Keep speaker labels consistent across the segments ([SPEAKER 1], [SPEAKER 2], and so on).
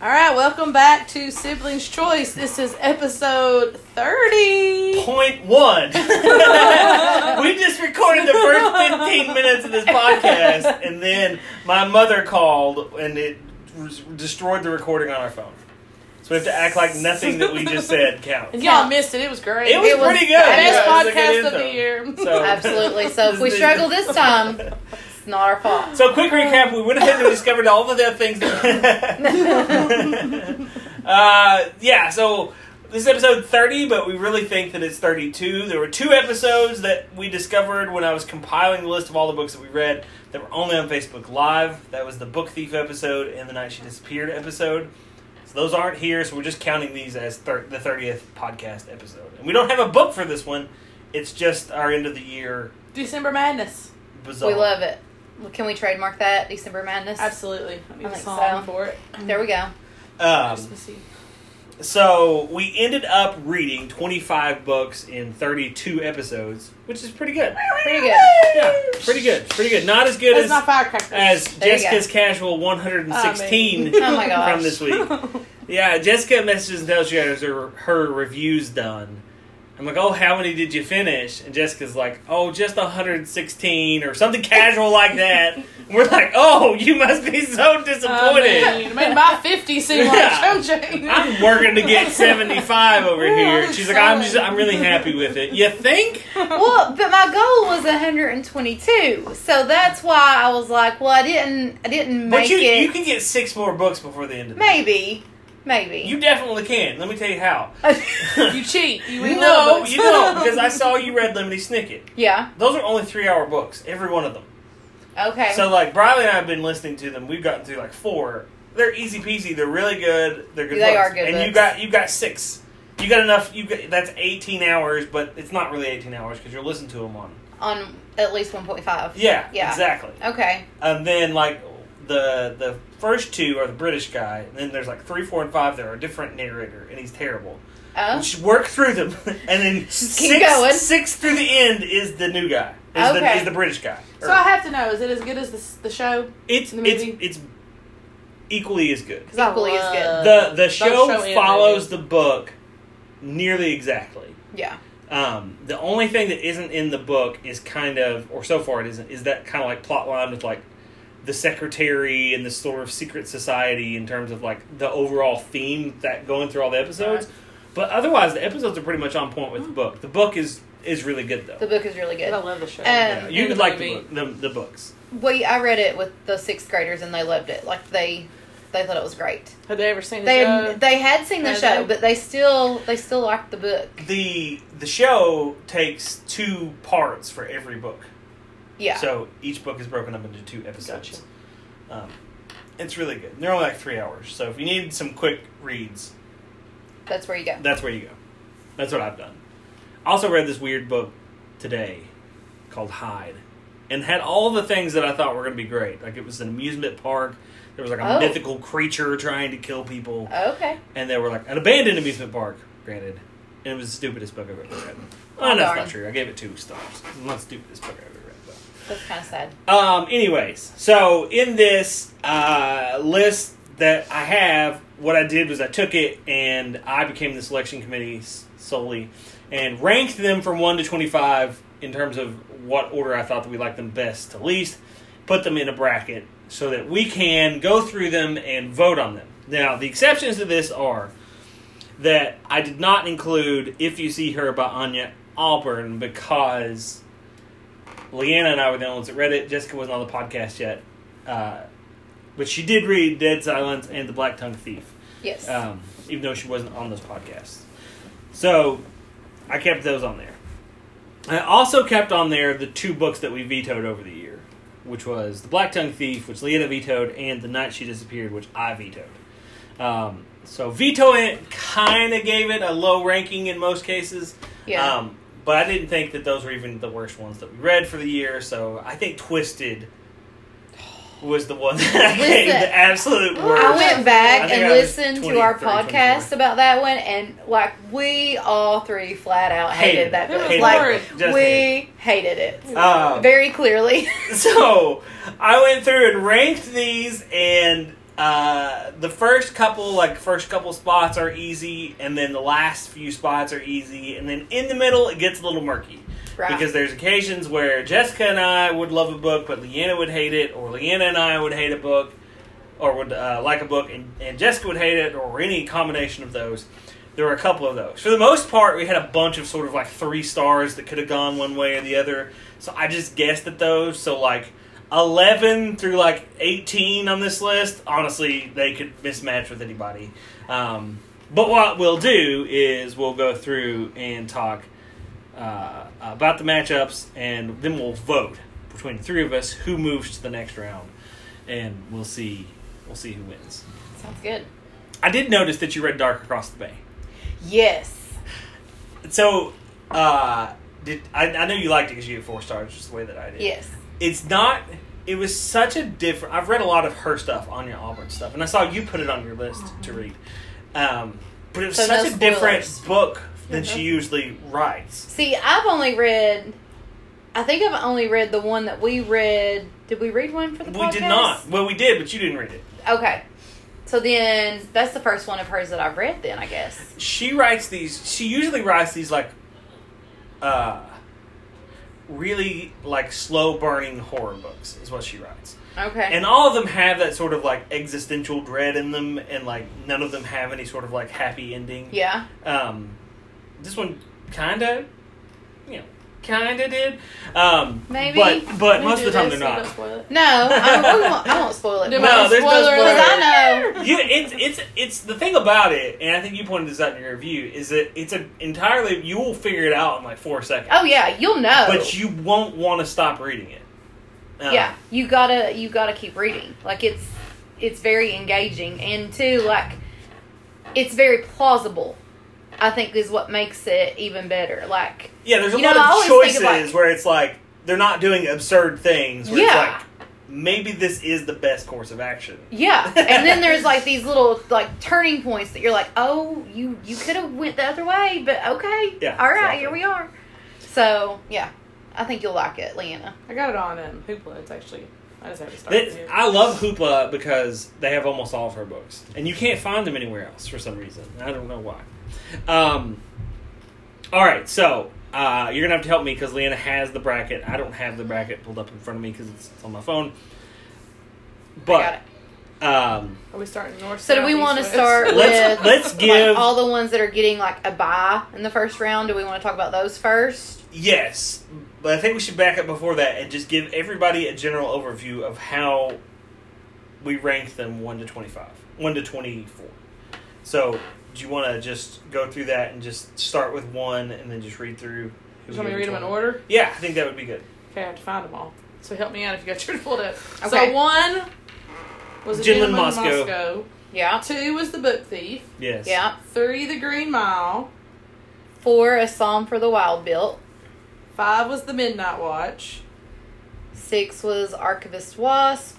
[SPEAKER 1] All right, welcome back to Siblings Choice. This is episode 30.
[SPEAKER 2] Point one. we just recorded the first 15 minutes of this podcast, and then my mother called, and it was- destroyed the recording on our phone. So we have to act like nothing that we just said counts.
[SPEAKER 1] If y'all missed it, it was great.
[SPEAKER 2] It was,
[SPEAKER 3] It was
[SPEAKER 2] pretty good.
[SPEAKER 1] best
[SPEAKER 2] Yeah, it was a good
[SPEAKER 1] podcast of
[SPEAKER 2] intro.
[SPEAKER 1] the year.
[SPEAKER 2] So,
[SPEAKER 3] Absolutely. So if we struggle this time, it's not our fault.
[SPEAKER 2] So quick recap: We went ahead and discovered all of the things. That uh, yeah. So this is episode thirty, but we really think that it's thirty-two. There were two episodes that we discovered when I was compiling the list of all the books that we read that were only on Facebook Live. That was the Book Thief episode and the Night She Disappeared episode. So those aren't here, so we're just counting these as thir- the thirtieth podcast episode. And we don't have a book for this one. It's just our end of the year
[SPEAKER 1] December Madness.
[SPEAKER 2] bizarre.
[SPEAKER 3] We love it. Can we trademark that? December Madness?
[SPEAKER 1] Absolutely. I need
[SPEAKER 3] I
[SPEAKER 1] a
[SPEAKER 3] think
[SPEAKER 1] song
[SPEAKER 3] so.
[SPEAKER 1] for it.
[SPEAKER 3] There we go.
[SPEAKER 2] Um,
[SPEAKER 1] Christmassy.
[SPEAKER 2] So we ended up reading 25 books in 32 episodes, which is pretty good.
[SPEAKER 3] Pretty good.
[SPEAKER 2] Yeah, pretty good. Pretty good. Not as good
[SPEAKER 1] That's my
[SPEAKER 2] as
[SPEAKER 1] firecracker.
[SPEAKER 2] as
[SPEAKER 3] There you
[SPEAKER 2] Jessica's casual 116
[SPEAKER 1] I mean.
[SPEAKER 3] Oh my gosh.
[SPEAKER 2] from this week. Yeah, Jessica messages and tells you guys her, her review's done. I'm like, oh, how many did you finish? And Jessica's like, oh, just 116 or something casual like that. And we're like, oh, you must be so disappointed.
[SPEAKER 1] I mean, made Uh, my 50 seem like
[SPEAKER 2] Yeah.
[SPEAKER 1] some change.
[SPEAKER 2] I'm working to get 75 over
[SPEAKER 3] Oh,
[SPEAKER 1] Yeah,
[SPEAKER 2] here.
[SPEAKER 1] I'm
[SPEAKER 2] She's like, I'm
[SPEAKER 1] excited.
[SPEAKER 2] just, I'm really happy with it. You think?
[SPEAKER 3] Well, but my goal was 122, so that's why I was like, well, I didn't, I didn't
[SPEAKER 2] But
[SPEAKER 3] make
[SPEAKER 2] you,
[SPEAKER 3] it.
[SPEAKER 2] you can get six more books before the end of the year.
[SPEAKER 3] maybe, maybe.
[SPEAKER 2] You definitely can. Let me tell you how.
[SPEAKER 1] You cheat. You eat little
[SPEAKER 2] no,
[SPEAKER 1] books.
[SPEAKER 2] you don't, because I saw you read Lemony Snicket.
[SPEAKER 3] yeah.
[SPEAKER 2] Those are only three hour books, every one of them.
[SPEAKER 3] Okay.
[SPEAKER 2] So, like, Briley and I have been listening to them. We've gotten through like four. They're easy peasy. They're really good. They're good
[SPEAKER 3] They
[SPEAKER 2] books.
[SPEAKER 3] are good
[SPEAKER 2] And you
[SPEAKER 3] books.
[SPEAKER 2] got you got six. You got enough. You got that's eighteen hours, but it's not really eighteen hours because you're listening to them on.
[SPEAKER 3] On at least 1.5.
[SPEAKER 2] Yeah,
[SPEAKER 3] Yeah.
[SPEAKER 2] exactly.
[SPEAKER 3] Okay.
[SPEAKER 2] And then like the the first two are the British guy, and then there's like three, four, and five that are a different narrator, and he's terrible.
[SPEAKER 3] Oh.
[SPEAKER 2] Just work through them, and then six,
[SPEAKER 3] going.
[SPEAKER 2] six through the end is the new guy. Is, the,
[SPEAKER 3] Okay.
[SPEAKER 2] is the British guy.
[SPEAKER 1] So I have to know, is it as good as the, the show?
[SPEAKER 2] it's
[SPEAKER 1] the
[SPEAKER 2] it's
[SPEAKER 1] movie.
[SPEAKER 2] it's equally as good.
[SPEAKER 1] 'Cause I
[SPEAKER 3] Equally as good.
[SPEAKER 1] love
[SPEAKER 2] the The
[SPEAKER 1] Uh, both
[SPEAKER 2] show
[SPEAKER 1] and
[SPEAKER 2] follows
[SPEAKER 1] movie.
[SPEAKER 2] the book nearly exactly.
[SPEAKER 3] Yeah.
[SPEAKER 2] Um, the only thing that isn't in the book is kind of, or so far it isn't, is that kind of like plot line with like the secretary and the sort of secret society in terms of like the overall theme that going through all the episodes.
[SPEAKER 1] Right. Hmm.
[SPEAKER 2] But otherwise, the episodes are pretty much on point with the book. The book is is really good though.
[SPEAKER 3] The book is really good.
[SPEAKER 1] But I love the show.
[SPEAKER 3] Uh,
[SPEAKER 2] yeah, you
[SPEAKER 1] and
[SPEAKER 2] would
[SPEAKER 1] the
[SPEAKER 2] like
[SPEAKER 1] movie.
[SPEAKER 2] the, book, the the books.
[SPEAKER 3] We I read it with the sixth graders and they loved it. Like they they thought it was great.
[SPEAKER 1] Have they ever seen the
[SPEAKER 3] They
[SPEAKER 1] show?
[SPEAKER 3] had, they had seen the
[SPEAKER 1] Had
[SPEAKER 3] show,
[SPEAKER 1] they?
[SPEAKER 3] but they still they still liked the book.
[SPEAKER 2] The the show takes two parts for every book.
[SPEAKER 3] Yeah.
[SPEAKER 2] So each book is broken up into two episodes.
[SPEAKER 1] Gotcha.
[SPEAKER 2] Um, it's really good. They're only like three hours, so if you need some quick reads,
[SPEAKER 3] that's where you go.
[SPEAKER 2] That's where you go. That's what I've done. I also read this weird book today called Hide and had all the things that I thought were going to be great. Like it was an amusement park. There was like a
[SPEAKER 3] Oh.
[SPEAKER 2] mythical creature trying to kill people.
[SPEAKER 3] Okay.
[SPEAKER 2] And they were like an abandoned amusement park, granted. And it was the stupidest book I've ever read. Well, that's
[SPEAKER 3] Oh, Darn.
[SPEAKER 2] not true. I gave it two stars. It's not the stupidest book I've ever read. But.
[SPEAKER 3] That's kinda sad.
[SPEAKER 2] Um, anyways, so in this uh, list that I have, what I did was I took it and I became the selection committee s- solely and ranked them from 1 to 25 in terms of what order I thought that we liked them best to least, put them in a bracket so that we can go through them and vote on them. Now, the exceptions to this are that I did not include If You See Her by Anya Auburn because Leanna and I were the only ones that read it. Jessica wasn't on the podcast yet. Uh, but she did read Dead Silence and The Black Tongue Thief,
[SPEAKER 3] Yes.
[SPEAKER 2] um, even though she wasn't on those podcasts. So I kept those on there. I also kept on there the two books that we vetoed over the year, which was The Black Tongue Thief, which Leanna vetoed, and The Night She Disappeared, which I vetoed. Um, so vetoing it kind of gave it a low ranking in most cases.
[SPEAKER 3] yeah.
[SPEAKER 2] Um, but I didn't think that those were even the worst ones that we read for the year, so I think Twisted was the one that I gave
[SPEAKER 3] Listen,
[SPEAKER 2] the absolute worst.
[SPEAKER 3] I went
[SPEAKER 2] I
[SPEAKER 3] back
[SPEAKER 2] think
[SPEAKER 3] and
[SPEAKER 2] I was
[SPEAKER 3] listened
[SPEAKER 2] 20,
[SPEAKER 3] to our
[SPEAKER 2] 30, 24.
[SPEAKER 3] podcast about that one, and like we all three flat out hated,
[SPEAKER 2] Hated it.
[SPEAKER 3] that book.
[SPEAKER 1] Hated it.
[SPEAKER 3] like
[SPEAKER 1] Horrid.
[SPEAKER 2] Just
[SPEAKER 3] we
[SPEAKER 2] hated
[SPEAKER 3] hated, it
[SPEAKER 2] Um,
[SPEAKER 3] very clearly.
[SPEAKER 2] so I went through and ranked these, and uh, the first couple like first couple spots are easy, and then the last few spots are easy, and then in the middle it gets a little murky
[SPEAKER 3] Right.
[SPEAKER 2] because there's occasions where Jessica and I would love a book, but Leanna would hate it, or Leanna and I would hate a book, or would uh, like a book, and, and Jessica would hate it, or any combination of those. There were a couple of those. For the most part, we had a bunch of sort of like three stars that could have gone one way or the other. So I just guessed at those. So like eleven through like eighteen on this list, honestly, they could mismatch with anybody. Um, but what we'll do is we'll go through and talk uh, about the matchups, and then we'll vote between the three of us who moves to the next round, and we'll see we'll see who wins.
[SPEAKER 3] Sounds good.
[SPEAKER 2] I did notice that you read Dark Across the Bay,
[SPEAKER 3] Yes.
[SPEAKER 2] so uh, did I, I know you liked it because you had four stars, just the way that I did.
[SPEAKER 3] Yes.
[SPEAKER 2] it's not. It was such a different. I've read a lot of her stuff, Anya Auburn stuff, and I saw you put it on your list to read. Um, but it was
[SPEAKER 3] Mm-hmm. So no
[SPEAKER 2] such a different
[SPEAKER 3] spoilers.
[SPEAKER 2] book than
[SPEAKER 1] Mhm.
[SPEAKER 2] she usually writes.
[SPEAKER 3] See, I've only read. I think I've only read the one that we read. Did we read one for the
[SPEAKER 2] We
[SPEAKER 3] podcast?
[SPEAKER 2] did not. Well, we did, but you didn't read it.
[SPEAKER 3] Okay. So then, that's the first one of hers that I've read. Then I guess.
[SPEAKER 2] she writes these she usually writes these like uh really like slow burning horror books is what she writes
[SPEAKER 3] Okay.
[SPEAKER 2] and all of them have that sort of like existential dread in them and like none of them have any sort of like happy ending
[SPEAKER 3] yeah.
[SPEAKER 2] um this one kinda you know kinda did um
[SPEAKER 3] Maybe.
[SPEAKER 2] but but
[SPEAKER 1] We
[SPEAKER 2] most of
[SPEAKER 1] do
[SPEAKER 2] the time
[SPEAKER 1] this,
[SPEAKER 2] they're
[SPEAKER 1] so
[SPEAKER 2] not
[SPEAKER 1] don't spoil it.
[SPEAKER 3] No, I, we won't, I won't spoil it.
[SPEAKER 1] Do
[SPEAKER 2] No,
[SPEAKER 1] my
[SPEAKER 2] there's no
[SPEAKER 1] spoiler
[SPEAKER 2] spoiler.
[SPEAKER 1] alert.
[SPEAKER 3] Because I
[SPEAKER 2] you, it's it's it's the thing about it, and I think you pointed this out in your review is that it's a entirely you will figure it out in like four seconds,
[SPEAKER 3] Oh yeah, you'll know.
[SPEAKER 2] but you won't want to stop reading it. Uh,
[SPEAKER 3] yeah, you gotta you gotta keep reading. Like it's it's very engaging, and too like it's very plausible. I think is what makes it even better. Like
[SPEAKER 2] yeah. There's a
[SPEAKER 3] You know,
[SPEAKER 2] lot
[SPEAKER 3] I
[SPEAKER 2] of
[SPEAKER 3] always think
[SPEAKER 2] choices
[SPEAKER 3] of, like-
[SPEAKER 2] where it's like they're not doing absurd things. Where
[SPEAKER 3] Yeah.
[SPEAKER 2] it's like maybe this is the best course of action.
[SPEAKER 3] yeah, and then there's like these little like turning points that you're like, oh, you you could have went the other way, but okay,
[SPEAKER 2] Yeah,
[SPEAKER 3] all right,
[SPEAKER 2] exactly.
[SPEAKER 3] here we are. So yeah, I think you'll like it, Leanna.
[SPEAKER 1] I got it on um, Hoopla. It's actually. I just haven't started
[SPEAKER 2] That-
[SPEAKER 1] it.
[SPEAKER 2] I love Hoopla because they have almost all of her books, and you can't find them anywhere else for some reason. I don't know why. Um, all right, so uh, you're gonna have to help me because Leanna has the bracket. I don't have the bracket pulled up in front of me because it's it's on my phone.
[SPEAKER 3] got
[SPEAKER 2] But um,
[SPEAKER 1] Are we starting north?
[SPEAKER 3] So do
[SPEAKER 1] south,
[SPEAKER 3] we
[SPEAKER 1] east,
[SPEAKER 3] want to
[SPEAKER 1] west?
[SPEAKER 3] start
[SPEAKER 2] Let's-
[SPEAKER 3] with
[SPEAKER 2] let's
[SPEAKER 3] like,
[SPEAKER 2] give-
[SPEAKER 3] all the ones that are getting like a buy in the first round? Do we want to talk about those first?
[SPEAKER 2] yes, but I think we should back up before that and just give everybody a general overview of how we rank them one to twenty-five, one to twenty-four. So, do you want to just go through that and just start with one and then just read through?
[SPEAKER 1] Do you want me to
[SPEAKER 2] gave
[SPEAKER 1] read
[SPEAKER 2] each
[SPEAKER 1] them in
[SPEAKER 2] one?
[SPEAKER 1] order?
[SPEAKER 2] Yeah, I think that would be good.
[SPEAKER 1] Okay, I have to find them all. So help me out if you got your pulled up.
[SPEAKER 3] Okay.
[SPEAKER 1] So one was a
[SPEAKER 2] Gentleman
[SPEAKER 1] Gentleman
[SPEAKER 2] Moscow.
[SPEAKER 1] Moscow.
[SPEAKER 3] Yeah,
[SPEAKER 1] Two was the Book Thief.
[SPEAKER 2] Yes.
[SPEAKER 3] yeah.
[SPEAKER 1] Three, the Green Mile.
[SPEAKER 3] Four, a psalm for the wild built.
[SPEAKER 1] Five was the Midnight Watch.
[SPEAKER 3] Six was archivist wasp.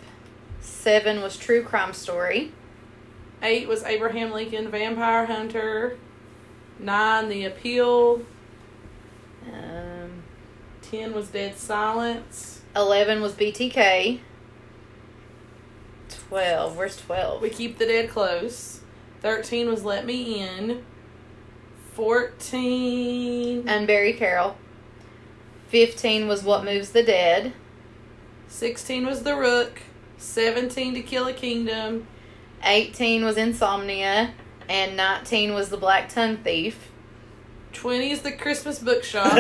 [SPEAKER 3] Seven was true crime story.
[SPEAKER 1] Eight was Abraham Lincoln Vampire Hunter. Nine, the Appeal.
[SPEAKER 3] Um,
[SPEAKER 1] Ten was Dead Silence.
[SPEAKER 3] Eleven was BTK. Twelve. Where's twelve?
[SPEAKER 1] We keep the dead close. Thirteen was Let Me In. Fourteen.
[SPEAKER 3] And Barry Carroll. Fifteen was what moves the dead.
[SPEAKER 1] Sixteen was the Rook. Seventeen to Kill a Kingdom.
[SPEAKER 3] 18 was Insomnia, and 19 was The Black Tongue Thief.
[SPEAKER 1] Twenty is the Christmas Bookshop.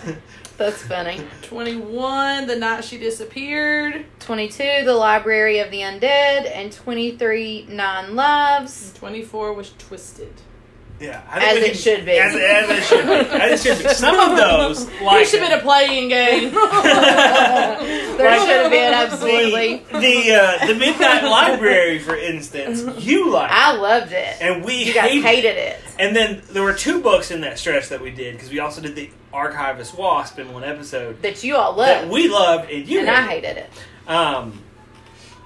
[SPEAKER 1] Uh,
[SPEAKER 3] That's funny.
[SPEAKER 1] 21, the night she disappeared.
[SPEAKER 3] 22, The Library of the Undead, and 23, Nine Lives.
[SPEAKER 1] 24 was twisted.
[SPEAKER 2] yeah. I think
[SPEAKER 3] As
[SPEAKER 2] we
[SPEAKER 3] it should be.
[SPEAKER 2] As, as it should be. As it should be. Some of those, like.
[SPEAKER 1] There should have been a playing game.
[SPEAKER 3] There should have been, absolutely.
[SPEAKER 2] The, the, uh, the Midnight Library, for instance, you liked.
[SPEAKER 3] I loved it.
[SPEAKER 2] and we
[SPEAKER 3] You guys
[SPEAKER 2] hated
[SPEAKER 3] hated it.
[SPEAKER 2] And then there were two books in that stretch that we did because we also did the Archivist Wasp in one episode
[SPEAKER 3] That you all
[SPEAKER 2] that
[SPEAKER 3] loved.
[SPEAKER 2] we loved and you
[SPEAKER 3] And I hated it.
[SPEAKER 2] hated. Um,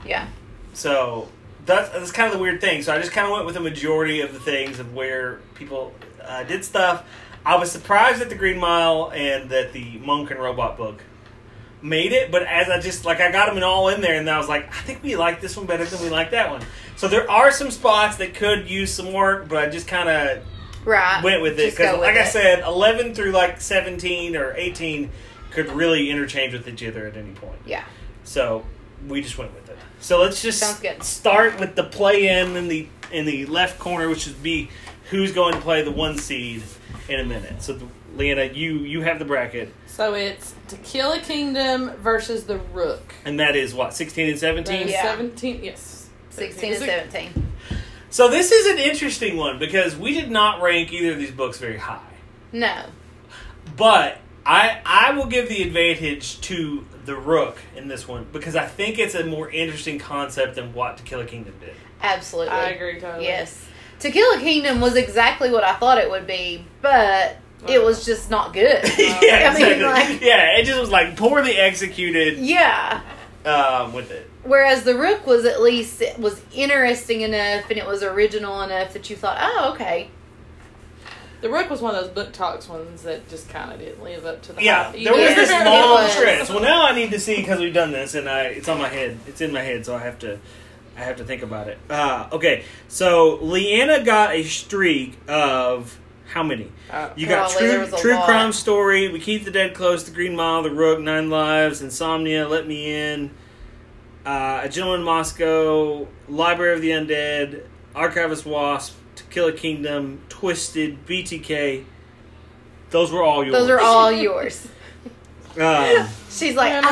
[SPEAKER 3] Yeah.
[SPEAKER 2] so that's that's kind of the weird thing. So I just kind of went with a majority of the things of where people uh, did stuff. I was surprised at the Green Mile and that the Monk and Robot book made it, but as I just like I got them all in there, and I was like, I think we like this one better than we like that one. So there are some spots that could use some work, but I just kind of
[SPEAKER 3] Right.
[SPEAKER 2] went with it
[SPEAKER 3] Uh, Just go
[SPEAKER 2] because,
[SPEAKER 3] with
[SPEAKER 2] like I
[SPEAKER 3] it.
[SPEAKER 2] said, eleven through like seventeen or eighteen could really interchange with each other at any point.
[SPEAKER 3] Yeah.
[SPEAKER 2] So we just went with it. So let's just
[SPEAKER 3] Sounds good.
[SPEAKER 2] start with the play in in the in the left corner, which would be who's going to play the one seed in a minute. So Leanna, you you have the bracket,
[SPEAKER 1] So it's Tequila Kingdom versus the Rook.
[SPEAKER 2] and that is what sixteen and seventeen.
[SPEAKER 1] The
[SPEAKER 3] Yeah.
[SPEAKER 1] 17, yes.
[SPEAKER 3] 16 and
[SPEAKER 1] Is it-
[SPEAKER 3] 17.
[SPEAKER 2] So this is an interesting one because we did not rank either of these books very high,
[SPEAKER 3] No.
[SPEAKER 2] but I I will give the advantage to the Rook in this one because I think it's a more interesting concept than what To Kill a Kingdom did.
[SPEAKER 3] Absolutely.
[SPEAKER 1] I agree totally.
[SPEAKER 3] Yes. To Kill a Kingdom was exactly what I thought it would be, but it was just not good.
[SPEAKER 2] yeah,
[SPEAKER 3] I mean,
[SPEAKER 2] exactly.
[SPEAKER 3] like-
[SPEAKER 2] yeah, it just was like poorly executed
[SPEAKER 3] yeah.
[SPEAKER 2] um, with it.
[SPEAKER 3] Whereas the Rook was at least it was interesting enough and it was original enough that you thought, oh, okay,
[SPEAKER 1] The Rook was one of those book talks ones that just kind of didn't live up to the
[SPEAKER 2] Yeah,
[SPEAKER 1] hype either.
[SPEAKER 2] there was this
[SPEAKER 3] Uh, Yeah.
[SPEAKER 2] long
[SPEAKER 3] It was.
[SPEAKER 2] stretch. Well, now I need to see because we've done this, and I it's on my head. It's in my head, so I have to, I have to think about it. Uh, okay, so Leanna got a streak of how many?
[SPEAKER 1] Uh,
[SPEAKER 2] You got
[SPEAKER 3] Golly, there
[SPEAKER 2] true
[SPEAKER 3] was a
[SPEAKER 2] true
[SPEAKER 3] lot.
[SPEAKER 2] crime story. We keep the dead close. The Green Mile, The Rook, Nine Lives, Insomnia, Let Me In, uh, A Gentleman in Moscow, Library of the Undead, Archivist Wasp, To Kill a Kingdom, Twisted, BTK. Those were all yours.
[SPEAKER 3] those are all yours.
[SPEAKER 2] Um,
[SPEAKER 3] She's like, ah, the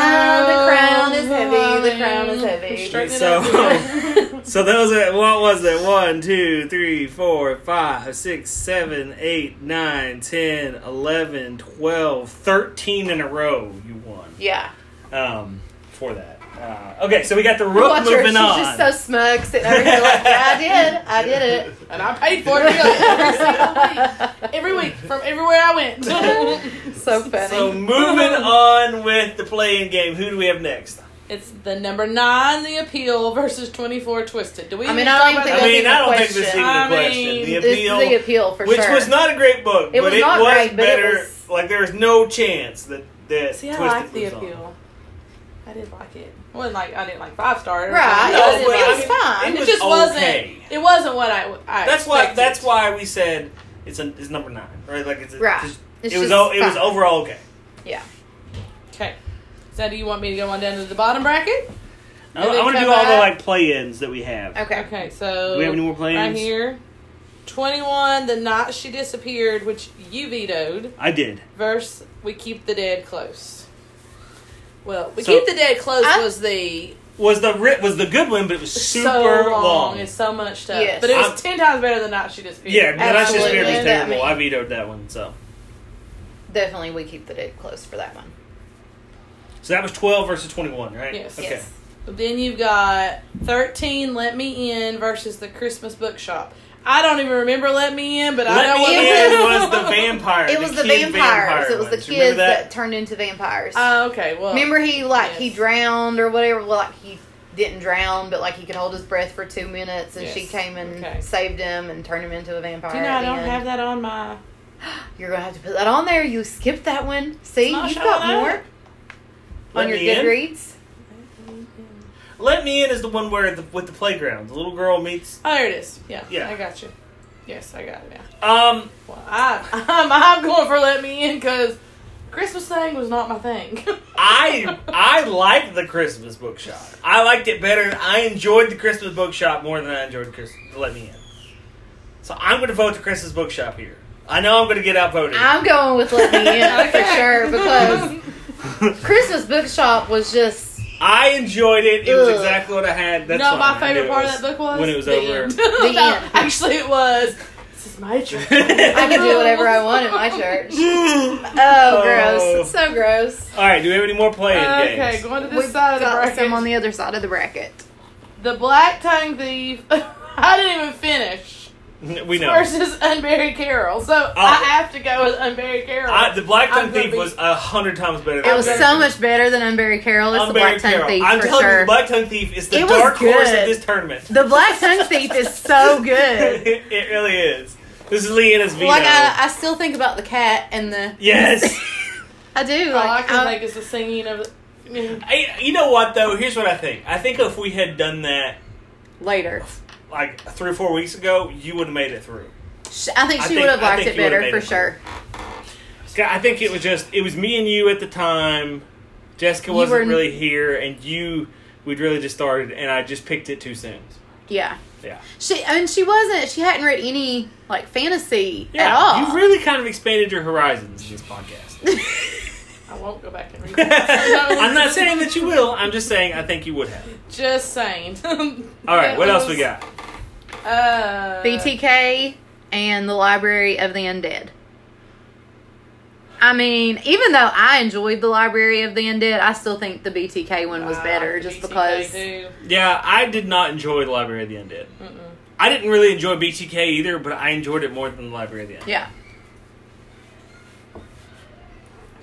[SPEAKER 3] crown is heavy, the crown is heavy.
[SPEAKER 1] Straightening
[SPEAKER 2] So-
[SPEAKER 3] Oh.
[SPEAKER 1] up.
[SPEAKER 2] so those are what was it? One, two, three, four, five, six, seven, eight, nine, ten, eleven, twelve, thirteen in a row. You won.
[SPEAKER 3] Yeah.
[SPEAKER 2] um, for that. Uh, okay, so we got the rook
[SPEAKER 3] Watch her.
[SPEAKER 2] moving
[SPEAKER 3] She's
[SPEAKER 2] on.
[SPEAKER 3] just so smug sitting over here like, yeah, I did. I did it.
[SPEAKER 1] and I paid for it really every, single week. every week from everywhere I went.
[SPEAKER 3] so funny.
[SPEAKER 2] So moving on with the playing game. Who do we have next?
[SPEAKER 1] it's the number nine, the appeal versus twenty four twisted. Do we?
[SPEAKER 3] I mean,
[SPEAKER 1] even
[SPEAKER 3] I
[SPEAKER 1] talk about
[SPEAKER 3] don't
[SPEAKER 2] I
[SPEAKER 1] that?
[SPEAKER 3] think
[SPEAKER 2] mean, I don't think this is
[SPEAKER 3] question.
[SPEAKER 2] even a
[SPEAKER 1] I
[SPEAKER 2] question.
[SPEAKER 1] mean,
[SPEAKER 2] The
[SPEAKER 1] this
[SPEAKER 3] this is
[SPEAKER 2] appeal,
[SPEAKER 3] the appeal for
[SPEAKER 2] which
[SPEAKER 3] sure.
[SPEAKER 2] was not a great book,
[SPEAKER 3] It
[SPEAKER 2] but
[SPEAKER 3] was
[SPEAKER 2] it
[SPEAKER 3] not
[SPEAKER 2] was
[SPEAKER 3] great, but it
[SPEAKER 2] better.
[SPEAKER 3] was-
[SPEAKER 2] Like there was no chance that that
[SPEAKER 1] See, I
[SPEAKER 2] Twisted
[SPEAKER 1] like the
[SPEAKER 2] was on.
[SPEAKER 1] appeal. I did like it. I wasn't like I didn't like five star.
[SPEAKER 3] Right.
[SPEAKER 2] No,
[SPEAKER 3] it
[SPEAKER 2] but I
[SPEAKER 3] was
[SPEAKER 2] mean,
[SPEAKER 3] fine.
[SPEAKER 1] It,
[SPEAKER 2] was
[SPEAKER 1] just
[SPEAKER 2] okay.
[SPEAKER 1] wasn't. It wasn't what I. I
[SPEAKER 2] That's why.
[SPEAKER 1] expected.
[SPEAKER 2] That's why we said it's a, it's number nine, right? Like it's, a,
[SPEAKER 3] Right.
[SPEAKER 2] just-
[SPEAKER 3] It's
[SPEAKER 2] it was
[SPEAKER 3] just
[SPEAKER 2] o- it was
[SPEAKER 3] fine.
[SPEAKER 2] overall okay.
[SPEAKER 3] Yeah.
[SPEAKER 1] Okay. So, do you want me to go on down to the bottom bracket?
[SPEAKER 2] I,
[SPEAKER 1] they
[SPEAKER 2] want to
[SPEAKER 1] come
[SPEAKER 2] do all the
[SPEAKER 1] back?
[SPEAKER 2] like play-ins that we have.
[SPEAKER 3] Okay.
[SPEAKER 1] Okay, so
[SPEAKER 2] Do we have any more play-ins?
[SPEAKER 1] Right here, twenty-one. The night she disappeared, which you vetoed.
[SPEAKER 2] I did.
[SPEAKER 1] Verse, we keep the dead close. Well, we
[SPEAKER 2] So-
[SPEAKER 1] keep the dead close
[SPEAKER 3] I-
[SPEAKER 1] was the
[SPEAKER 2] was the ri- was the good one, but it was super
[SPEAKER 1] so long.
[SPEAKER 2] long.
[SPEAKER 1] It's so much stuff,
[SPEAKER 3] Yes.
[SPEAKER 1] but it was
[SPEAKER 2] I'm-
[SPEAKER 1] ten times better than night she disappeared.
[SPEAKER 2] Yeah, but that's just
[SPEAKER 3] Absolutely.
[SPEAKER 2] barely
[SPEAKER 3] Yeah, I
[SPEAKER 2] terrible.
[SPEAKER 3] mean-
[SPEAKER 2] I vetoed that one. So
[SPEAKER 3] Definitely we keep the date close for that one.
[SPEAKER 2] so that was twelve versus twenty one, right?
[SPEAKER 1] Yes.
[SPEAKER 2] Okay.
[SPEAKER 3] Yes.
[SPEAKER 1] Then you've got 13 Let Me In versus the Christmas Bookshop. I don't even remember Let Me In, but I
[SPEAKER 2] Let
[SPEAKER 1] know
[SPEAKER 2] me
[SPEAKER 1] what
[SPEAKER 2] in was the vampire.
[SPEAKER 3] It was the,
[SPEAKER 2] kid
[SPEAKER 3] vampires.
[SPEAKER 2] vampire
[SPEAKER 3] it was the
[SPEAKER 2] one. Do you remember
[SPEAKER 3] kids that? turned into vampires.
[SPEAKER 1] Oh, okay. Well,
[SPEAKER 3] Remember he like he
[SPEAKER 1] Yes.
[SPEAKER 3] drowned or whatever. Well, like he didn't drown, but like he could hold his breath for two minutes, and she
[SPEAKER 1] Yes.
[SPEAKER 3] came and
[SPEAKER 1] Okay.
[SPEAKER 3] saved him and turned him into a vampire.
[SPEAKER 1] do you know
[SPEAKER 3] at
[SPEAKER 1] I
[SPEAKER 3] the
[SPEAKER 1] don't
[SPEAKER 3] end.
[SPEAKER 1] have that on my.
[SPEAKER 3] You're gonna have to put that on there. You skipped that one. See,
[SPEAKER 1] It's not
[SPEAKER 3] you've got
[SPEAKER 1] showing up.
[SPEAKER 3] more
[SPEAKER 2] Let
[SPEAKER 3] on your
[SPEAKER 2] me in?
[SPEAKER 3] Goodreads.
[SPEAKER 2] Let me in is the one where the, with the playground, the little girl meets.
[SPEAKER 1] Oh, there it is. Yeah.
[SPEAKER 2] Yeah.
[SPEAKER 1] I got you. Yes, I got it now.
[SPEAKER 2] Um,
[SPEAKER 1] Well, I, I'm, I'm going for Let Me In because Christmas thing was not my thing.
[SPEAKER 2] I I liked the Christmas bookshop. I liked it better. I enjoyed the Christmas bookshop more than I enjoyed Chris. Let me in. So I'm going to vote the Christmas bookshop here. I know I'm going to get outvoted.
[SPEAKER 3] I'm going with Let Me In for
[SPEAKER 1] Okay.
[SPEAKER 3] sure because Christmas Bookshop was just
[SPEAKER 2] I enjoyed it. It was
[SPEAKER 3] Ugh.
[SPEAKER 2] exactly what I had. That's
[SPEAKER 1] no,
[SPEAKER 2] fine.
[SPEAKER 1] my
[SPEAKER 2] I knew
[SPEAKER 1] favorite
[SPEAKER 2] it
[SPEAKER 1] part of that book was
[SPEAKER 2] when it was
[SPEAKER 1] the
[SPEAKER 2] over.
[SPEAKER 1] End.
[SPEAKER 3] The
[SPEAKER 1] No,
[SPEAKER 3] end.
[SPEAKER 1] Actually, it was. This is my church.
[SPEAKER 3] I could do whatever I want in my church.
[SPEAKER 2] All
[SPEAKER 3] Oh,
[SPEAKER 2] Oh.
[SPEAKER 3] gross! It's so gross.
[SPEAKER 2] right, do we have any more playing
[SPEAKER 1] Okay,
[SPEAKER 2] games?
[SPEAKER 1] going to this
[SPEAKER 3] We've
[SPEAKER 1] side of the
[SPEAKER 3] got
[SPEAKER 1] bracket.
[SPEAKER 3] some on the other side of the bracket.
[SPEAKER 1] The Black Tongue Thief. I didn't even finish.
[SPEAKER 2] N- We know. Oh.
[SPEAKER 1] Versus Unburied Carol. So I have to go with Unburied Carol.
[SPEAKER 2] I, the Black
[SPEAKER 1] I'm
[SPEAKER 2] Tongue
[SPEAKER 1] gonna
[SPEAKER 2] Thief
[SPEAKER 1] be-
[SPEAKER 2] was a hundred times better. Than
[SPEAKER 3] It was so much better than Unburied Carol. It's the Black Tongue Thief
[SPEAKER 2] I'm
[SPEAKER 3] for
[SPEAKER 2] telling you,
[SPEAKER 3] sure.
[SPEAKER 2] the Black Tongue Thief is the
[SPEAKER 3] It was
[SPEAKER 2] dark horse of
[SPEAKER 3] good.
[SPEAKER 2] this tournament.
[SPEAKER 3] the Black Tongue Thief is so good.
[SPEAKER 2] it really is. This is Leanna's veto.
[SPEAKER 3] Like I, I still think about the cat and the
[SPEAKER 2] yes,
[SPEAKER 3] I do.
[SPEAKER 1] All I
[SPEAKER 3] Like,
[SPEAKER 1] can
[SPEAKER 3] I-
[SPEAKER 1] think is the singing of
[SPEAKER 2] I, you know what though? Here's what I think. I think if we had done that
[SPEAKER 3] later.
[SPEAKER 2] like three or four weeks ago, you would have made it through.
[SPEAKER 3] Sh- I
[SPEAKER 2] I
[SPEAKER 3] think she
[SPEAKER 2] think-
[SPEAKER 3] would have
[SPEAKER 2] I
[SPEAKER 3] liked
[SPEAKER 2] think
[SPEAKER 3] it
[SPEAKER 2] you would've
[SPEAKER 3] better
[SPEAKER 2] made
[SPEAKER 3] for
[SPEAKER 2] it.
[SPEAKER 3] sure.
[SPEAKER 2] I think it was just it was me and you at the time. Jessica
[SPEAKER 3] You
[SPEAKER 2] wasn't
[SPEAKER 3] were-
[SPEAKER 2] really here, and you we'd really just started, and I just picked it too soon.
[SPEAKER 3] Yeah.
[SPEAKER 2] Yeah,
[SPEAKER 3] She I mean she wasn't she hadn't read any like fantasy
[SPEAKER 2] yeah.
[SPEAKER 3] at all.
[SPEAKER 2] You really kind of expanded your horizons in this podcast.
[SPEAKER 1] I won't go back and read it.
[SPEAKER 2] I'm not saying that you will. I'm just saying I think you would have.
[SPEAKER 1] Just saying.
[SPEAKER 2] All right, what else we got?
[SPEAKER 1] Uh,
[SPEAKER 3] BTK and the Library of the Undead. I mean, even though I enjoyed the Library of the Undead, I still think the BTK one was better
[SPEAKER 1] Uh,
[SPEAKER 3] just
[SPEAKER 1] BTK
[SPEAKER 3] because
[SPEAKER 1] do.
[SPEAKER 2] Yeah, I did not enjoy the Library of the Undead.
[SPEAKER 1] Mm-mm.
[SPEAKER 2] I didn't really enjoy BTK either, but I enjoyed it more than the Library of the Undead.
[SPEAKER 3] yeah.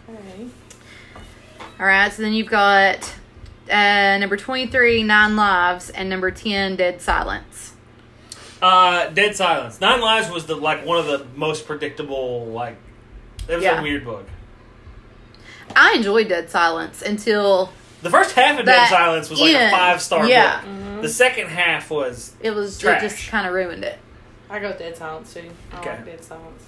[SPEAKER 1] Okay.
[SPEAKER 3] All right, so then you've got uh, number 23 Nine Lives and number 10 Dead Silence.
[SPEAKER 2] Uh, Dead Silence. Nine Lives was the like one of the most predictable. Like, it was
[SPEAKER 3] Yeah.
[SPEAKER 2] a weird book.
[SPEAKER 3] I enjoyed Dead Silence until
[SPEAKER 2] The first half of
[SPEAKER 3] That
[SPEAKER 2] Dead Silence was like a
[SPEAKER 3] end.
[SPEAKER 2] five star
[SPEAKER 3] Yeah.
[SPEAKER 2] book. The second half was
[SPEAKER 3] it was
[SPEAKER 2] Trash.
[SPEAKER 3] it just kind of ruined it.
[SPEAKER 1] I go with Dead Silence too. I
[SPEAKER 2] Okay.
[SPEAKER 1] like Dead Silence.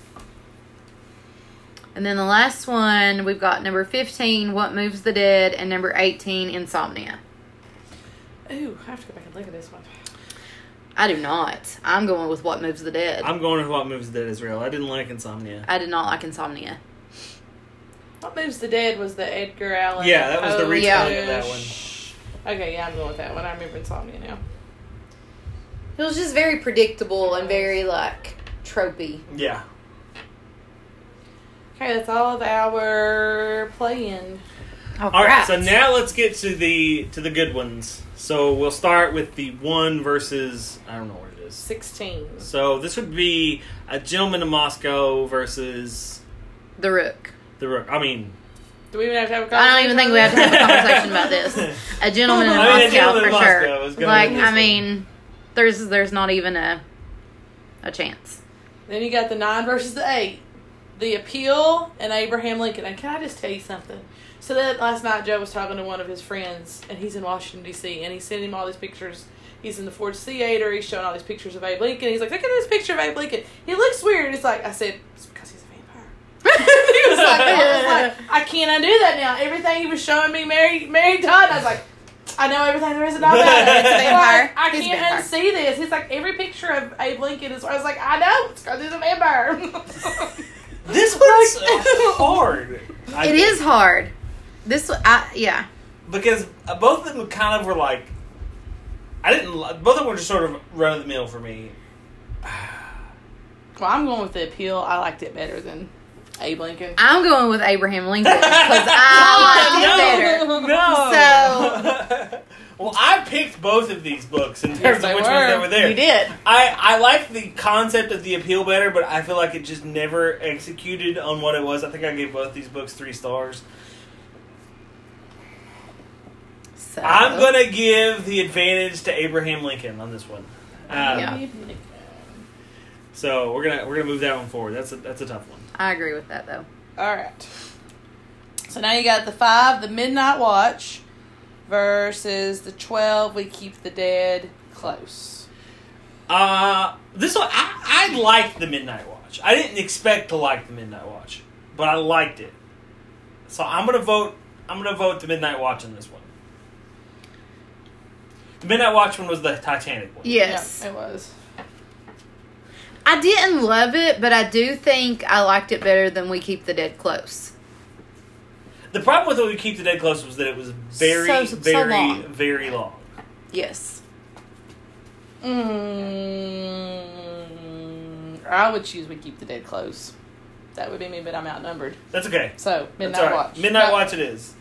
[SPEAKER 3] And then the last one, we've got number 15 What Moves the Dead and number 18 Insomnia.
[SPEAKER 1] Ooh, I have to go back and look at this one.
[SPEAKER 3] I do not. I'm going with What Moves the Dead.
[SPEAKER 2] I'm going with what moves Dead Israel. I didn't like Insomnia.
[SPEAKER 3] I did not like Insomnia.
[SPEAKER 1] What Moves the Dead was the Edgar Allan.
[SPEAKER 2] oh, Yeah, that was the
[SPEAKER 1] Poe
[SPEAKER 2] retelling of that
[SPEAKER 1] ish- Okay, yeah, I'm going with that one. I remember Insomnia now.
[SPEAKER 3] It was just very predictable and very like tropey.
[SPEAKER 2] Yeah.
[SPEAKER 1] Okay, that's all of our playing.
[SPEAKER 2] All right. So now let's get to the to the good ones. So we'll start with the one versus I don't know what it is.
[SPEAKER 1] 16.
[SPEAKER 2] So this would be a gentleman in Moscow versus
[SPEAKER 3] the Rook.
[SPEAKER 2] the Rook. I mean,
[SPEAKER 1] Do we even have to have a conversation?
[SPEAKER 3] I don't even think we have to have a conversation about this. A gentleman in
[SPEAKER 2] I mean, Oh, a
[SPEAKER 3] Moscow
[SPEAKER 2] gentleman
[SPEAKER 3] for
[SPEAKER 2] in
[SPEAKER 3] sure.
[SPEAKER 2] Moscow is gonna
[SPEAKER 3] like
[SPEAKER 2] win this
[SPEAKER 3] I
[SPEAKER 2] one.
[SPEAKER 3] mean, there's there's not even a a chance.
[SPEAKER 1] Then you got the nine versus the eight, the appeal, and Abraham Lincoln. And can I just tell you something? So that last night Joe was talking to one of his friends, and he's in Washington D.C. and he's sending him all these pictures. He's in the Ford Theater. He's showing all these pictures of Abe Lincoln. He's like, look at this picture of Abe Lincoln. He looks weird. It's like I said, it's because he's a vampire. he was like, I was like, I can't undo that now. Everything he was showing me, Mary, Mary Todd. I was like. I know everything there is to know about it.
[SPEAKER 2] It's a
[SPEAKER 3] vampire.
[SPEAKER 1] I
[SPEAKER 3] He's a
[SPEAKER 1] can't
[SPEAKER 3] vampire.
[SPEAKER 1] see this. He's like every picture of Abe Lincoln is. I was like, I know it's because he's a vampire.
[SPEAKER 2] this one's hard. I
[SPEAKER 3] it
[SPEAKER 2] think.
[SPEAKER 3] is hard. This I yeah.
[SPEAKER 2] because uh, both of them kind of were like I didn't li- both of them were just sort of run of the mill for me.
[SPEAKER 1] well, I'm going with the appeal. I liked it better than Abe Lincoln.
[SPEAKER 3] I'm going with Abraham Lincoln because I liked it better.
[SPEAKER 2] no, no. So well, I picked both of these books in terms of which ones they were there.
[SPEAKER 1] You did.
[SPEAKER 2] I I like the concept of the appeal better, but I feel like it just never executed on what it was. I think I gave both these books three stars.
[SPEAKER 3] So,
[SPEAKER 2] I'm gonna give the advantage to Abraham Lincoln on this one. Um,
[SPEAKER 3] Yeah.
[SPEAKER 2] So we're gonna we're gonna move that one forward. That's a that's a tough one.
[SPEAKER 3] I agree with that though.
[SPEAKER 1] All right. So now you got the five, the Midnight Watch, versus the twelve. We keep the dead close.
[SPEAKER 2] Uh, this one I, I liked the Midnight Watch. I didn't expect to like the Midnight Watch, but I liked it. So I'm gonna vote. I'm gonna vote the Midnight Watch on this one. The Midnight Watch one was the Titanic one.
[SPEAKER 3] Yes.
[SPEAKER 1] Yeah, oh. it was.
[SPEAKER 3] I didn't love it, but I do think I liked it better than We Keep the Dead Close.
[SPEAKER 2] The problem with what we keep the dead close was that it was very,
[SPEAKER 3] So- so
[SPEAKER 2] very,
[SPEAKER 3] long.
[SPEAKER 2] very long.
[SPEAKER 3] Yes.
[SPEAKER 1] Mm, I would choose we keep the dead close. That would be me, but I'm outnumbered.
[SPEAKER 2] That's okay.
[SPEAKER 1] So midnight
[SPEAKER 2] That's all right.
[SPEAKER 1] watch.
[SPEAKER 2] Midnight
[SPEAKER 1] No,
[SPEAKER 2] Watch. It is.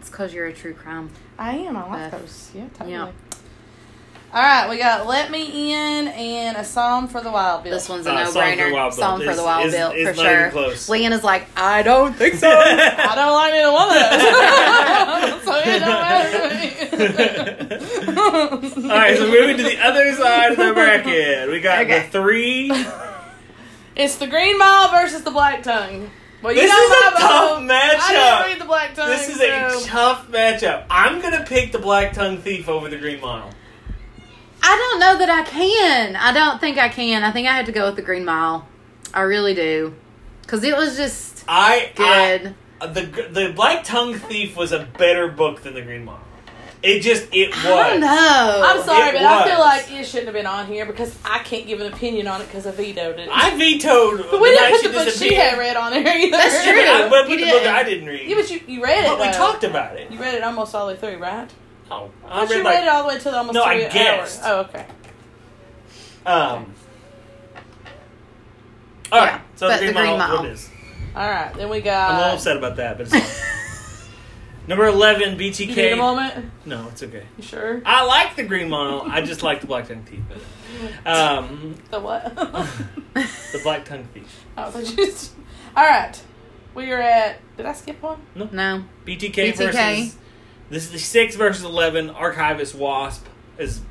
[SPEAKER 3] It's because you're a true crime.
[SPEAKER 1] I am. I like
[SPEAKER 3] Uh,
[SPEAKER 1] those. Yeah, totally.
[SPEAKER 3] yeah.
[SPEAKER 1] All right, we got "Let Me In" and "A Psalm for the Wild Bill."
[SPEAKER 3] This one's a
[SPEAKER 2] Uh,
[SPEAKER 3] no
[SPEAKER 2] Song for the
[SPEAKER 3] brainer.
[SPEAKER 2] Wild Bill.
[SPEAKER 3] Song for
[SPEAKER 2] It's-
[SPEAKER 3] the Wild
[SPEAKER 2] it's-
[SPEAKER 3] Bill,
[SPEAKER 2] it's
[SPEAKER 3] for
[SPEAKER 2] not even
[SPEAKER 3] sure.
[SPEAKER 2] close.
[SPEAKER 3] Leanna's like, I don't think so.
[SPEAKER 1] I don't like neither one of those, so it don't matter to me.
[SPEAKER 2] All right, so moving to the other side of the bracket, we got
[SPEAKER 3] Okay.
[SPEAKER 2] the three.
[SPEAKER 1] it's the Green Mile versus the Black Tongue. Well, you
[SPEAKER 2] This
[SPEAKER 1] got
[SPEAKER 2] is a
[SPEAKER 1] my
[SPEAKER 2] tough
[SPEAKER 1] vote. I
[SPEAKER 2] matchup.
[SPEAKER 1] didn't read the black tongue.
[SPEAKER 2] This is
[SPEAKER 1] so-
[SPEAKER 2] a tough matchup. I'm gonna pick the Black Tongue Thief over the Green Mile.
[SPEAKER 3] I don't know that I can. I don't think I can. I think I had to go with the Green Mile. I really do, because it was just
[SPEAKER 2] I, I
[SPEAKER 3] good.
[SPEAKER 2] the the Black Tongue Thief was a better book than the Green Mile. It just it was.
[SPEAKER 3] I, don't know.
[SPEAKER 1] I'm sorry,
[SPEAKER 2] It
[SPEAKER 1] but I feel
[SPEAKER 2] was.
[SPEAKER 1] like it shouldn't have been on here because I can't give an opinion on it because I vetoed it.
[SPEAKER 2] I vetoed.
[SPEAKER 1] but we
[SPEAKER 2] the
[SPEAKER 1] didn't put
[SPEAKER 2] fact
[SPEAKER 1] the book she
[SPEAKER 2] disappeared.
[SPEAKER 1] had read on there either.
[SPEAKER 3] That's true.
[SPEAKER 2] I, but
[SPEAKER 3] You
[SPEAKER 2] the book
[SPEAKER 3] did.
[SPEAKER 2] I didn't read.
[SPEAKER 1] Yeah, but you, you read it.
[SPEAKER 2] But we
[SPEAKER 1] though.
[SPEAKER 2] talked about it.
[SPEAKER 1] You read it almost all the way through, right?
[SPEAKER 2] Oh,
[SPEAKER 1] I
[SPEAKER 2] I
[SPEAKER 1] but you
[SPEAKER 2] read
[SPEAKER 1] read it
[SPEAKER 2] like
[SPEAKER 1] all the way to the almost
[SPEAKER 2] No, I
[SPEAKER 1] three
[SPEAKER 2] guessed.
[SPEAKER 1] hours. Oh, okay.
[SPEAKER 2] um. All right,
[SPEAKER 3] Yeah,
[SPEAKER 2] so the
[SPEAKER 3] but
[SPEAKER 2] Green,
[SPEAKER 3] the Green
[SPEAKER 2] Mile,
[SPEAKER 3] Mile.
[SPEAKER 2] it is.
[SPEAKER 1] All right, then we
[SPEAKER 2] I'm
[SPEAKER 1] got.
[SPEAKER 2] a little upset about that, but it's fine. number eleven. BTK.
[SPEAKER 1] You need a moment.
[SPEAKER 2] No, it's okay.
[SPEAKER 1] You sure?
[SPEAKER 2] I like the Green Mile. I just like the Black Tongue Thief. better. Um,
[SPEAKER 1] The what?
[SPEAKER 2] the Black Tongue Thief.
[SPEAKER 1] I was like, just. All right, we are at. Did I skip one?
[SPEAKER 3] no,
[SPEAKER 2] BTK,
[SPEAKER 3] BTK.
[SPEAKER 2] versus this is the six versus eleven. Archivist Wasp is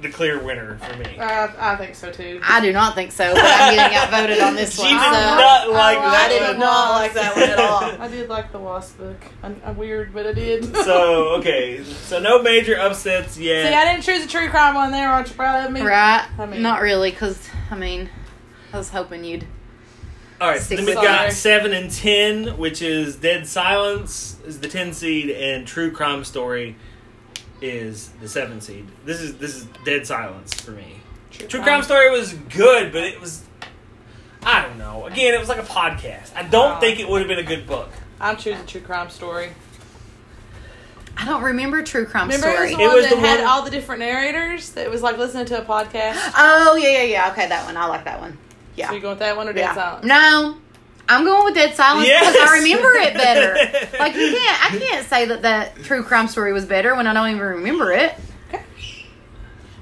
[SPEAKER 2] the clear winner for me.
[SPEAKER 1] I, Uh, I think so too.
[SPEAKER 3] I do not think so. But I'm getting outvoted on this
[SPEAKER 2] She
[SPEAKER 3] one.
[SPEAKER 2] did
[SPEAKER 3] so.
[SPEAKER 2] not like
[SPEAKER 1] I
[SPEAKER 2] that
[SPEAKER 1] did
[SPEAKER 2] one.
[SPEAKER 1] not like
[SPEAKER 3] that one at all.
[SPEAKER 1] I did like the Wasp book. I'm, I'm weird, but I did.
[SPEAKER 2] So okay, so no major upsets
[SPEAKER 1] See,
[SPEAKER 2] yet.
[SPEAKER 1] I didn't choose a true crime one there. Aren't you proud of me?
[SPEAKER 3] Right?
[SPEAKER 1] I mean-
[SPEAKER 3] not really, because I mean, I was hoping you'd.
[SPEAKER 2] All right,
[SPEAKER 3] Six
[SPEAKER 2] then we
[SPEAKER 1] sorry.
[SPEAKER 2] got seven and ten, which is Dead Silence is the ten seed, and True Crime Story is the seven seed. This is this is Dead Silence for me. True Crime Story was good, but it was I don't know. Again, it was like a podcast. I don't
[SPEAKER 1] Oh.
[SPEAKER 2] think it would have been a good book.
[SPEAKER 1] I'm choosing true crime story.
[SPEAKER 3] I don't remember true crime
[SPEAKER 1] Remember, it was
[SPEAKER 3] story.
[SPEAKER 1] the
[SPEAKER 2] It
[SPEAKER 1] one
[SPEAKER 2] was
[SPEAKER 1] that
[SPEAKER 2] the
[SPEAKER 1] had
[SPEAKER 2] one-
[SPEAKER 1] all the different narrators. That was like listening to a podcast.
[SPEAKER 3] oh yeah, yeah, yeah. Okay, that one. I like that one. Yeah,
[SPEAKER 1] So you going with that one or Dead
[SPEAKER 3] yeah.
[SPEAKER 1] Silence?
[SPEAKER 3] No, I'm going with Dead Silence because I remember it better. like you can't, I can't say that that true crime story was better when I don't even remember it.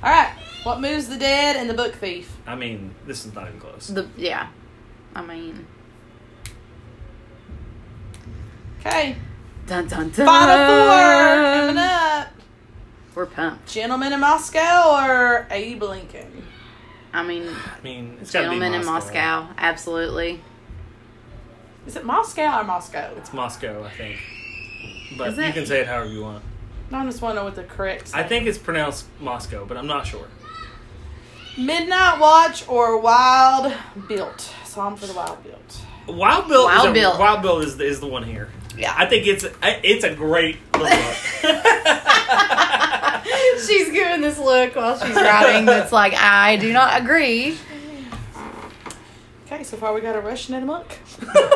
[SPEAKER 1] All right. What moves the dead and the book thief?
[SPEAKER 2] I mean, this is not even close.
[SPEAKER 3] The yeah, I mean,
[SPEAKER 1] Okay.
[SPEAKER 3] dun dun dun.
[SPEAKER 1] Final four coming up.
[SPEAKER 3] We're pumped.
[SPEAKER 1] Gentleman in Moscow or Abe Lincoln?
[SPEAKER 3] I mean,
[SPEAKER 2] I mean, it's got to be
[SPEAKER 3] gentlemen
[SPEAKER 2] Moscow.
[SPEAKER 3] in Moscow, absolutely.
[SPEAKER 1] Is it Moscow or Moscow?
[SPEAKER 2] It's Moscow, I think. But
[SPEAKER 3] Is
[SPEAKER 2] you
[SPEAKER 3] it-
[SPEAKER 2] can say it however you want.
[SPEAKER 1] I just want to know what the correct.
[SPEAKER 2] I think it's pronounced Moscow, but I'm not sure.
[SPEAKER 1] Midnight Watch or Wild Built? Song for the Wild Built.
[SPEAKER 2] Wild Bill.
[SPEAKER 3] Wild
[SPEAKER 2] is a-
[SPEAKER 3] Bill.
[SPEAKER 2] Wild Bill is the, is the one here.
[SPEAKER 3] Yeah.
[SPEAKER 2] I think it's I- it's a great little book.
[SPEAKER 3] she's giving this look while she's writing that's like, I do not agree.
[SPEAKER 1] Okay, so far we got a Russian and a monk.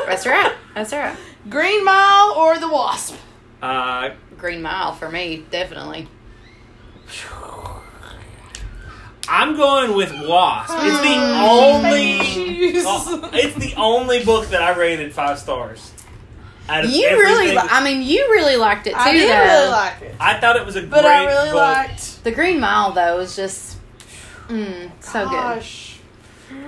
[SPEAKER 3] That's right. That's right.
[SPEAKER 1] Green Mile or the Wasp?
[SPEAKER 2] uh,
[SPEAKER 3] Green Mile for me, definitely.
[SPEAKER 2] I'm going with Wasp. It's the only
[SPEAKER 1] Choose.
[SPEAKER 2] Oh, it's the only book that I rated five stars. Out of
[SPEAKER 3] You really,
[SPEAKER 2] everything.
[SPEAKER 3] li- I mean, you really liked it too.
[SPEAKER 1] I did
[SPEAKER 3] though.
[SPEAKER 1] really like it,
[SPEAKER 2] I thought it was a
[SPEAKER 1] but
[SPEAKER 2] great
[SPEAKER 1] I really
[SPEAKER 2] book.
[SPEAKER 1] liked.
[SPEAKER 3] the Green Mile though is just mm, so good.
[SPEAKER 1] Gosh,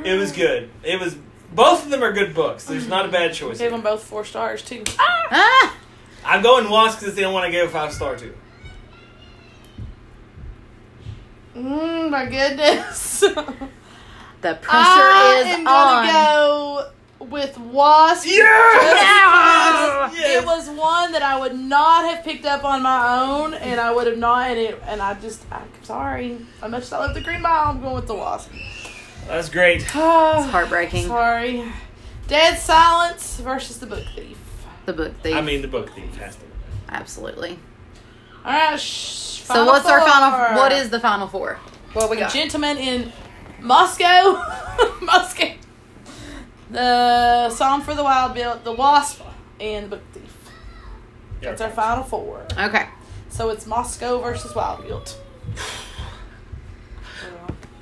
[SPEAKER 2] It was good. It was both of them are good books. There's not a bad choice.
[SPEAKER 1] gave them both four stars too.
[SPEAKER 3] Ah,
[SPEAKER 2] I'm going Wasp because it's the only one I gave a five star to.
[SPEAKER 1] Mm, my goodness.
[SPEAKER 3] the pressure
[SPEAKER 1] I
[SPEAKER 3] is
[SPEAKER 1] am
[SPEAKER 3] on.
[SPEAKER 1] gonna go with Wasp.
[SPEAKER 2] Yes!
[SPEAKER 1] It was one that I would not have picked up on my own, and I would have not. And it, and I just, I'm sorry. As much as I love the Green Mile, I'm going with the Wasp.
[SPEAKER 2] That's great.
[SPEAKER 3] It's heartbreaking.
[SPEAKER 1] Sorry. Dead Silence versus the Book Thief.
[SPEAKER 3] The book thief,
[SPEAKER 2] I mean, the book thief has to. win.
[SPEAKER 3] absolutely.
[SPEAKER 1] All right. Sh-
[SPEAKER 3] so what's our final? What is the final four? What we got?
[SPEAKER 1] Gentleman in Moscow. Moscow. The Psalm for the Wild Bill, the Wasp, and the Book Thief. That's our final four.
[SPEAKER 3] Okay,
[SPEAKER 1] So it's Moscow versus Wild Built.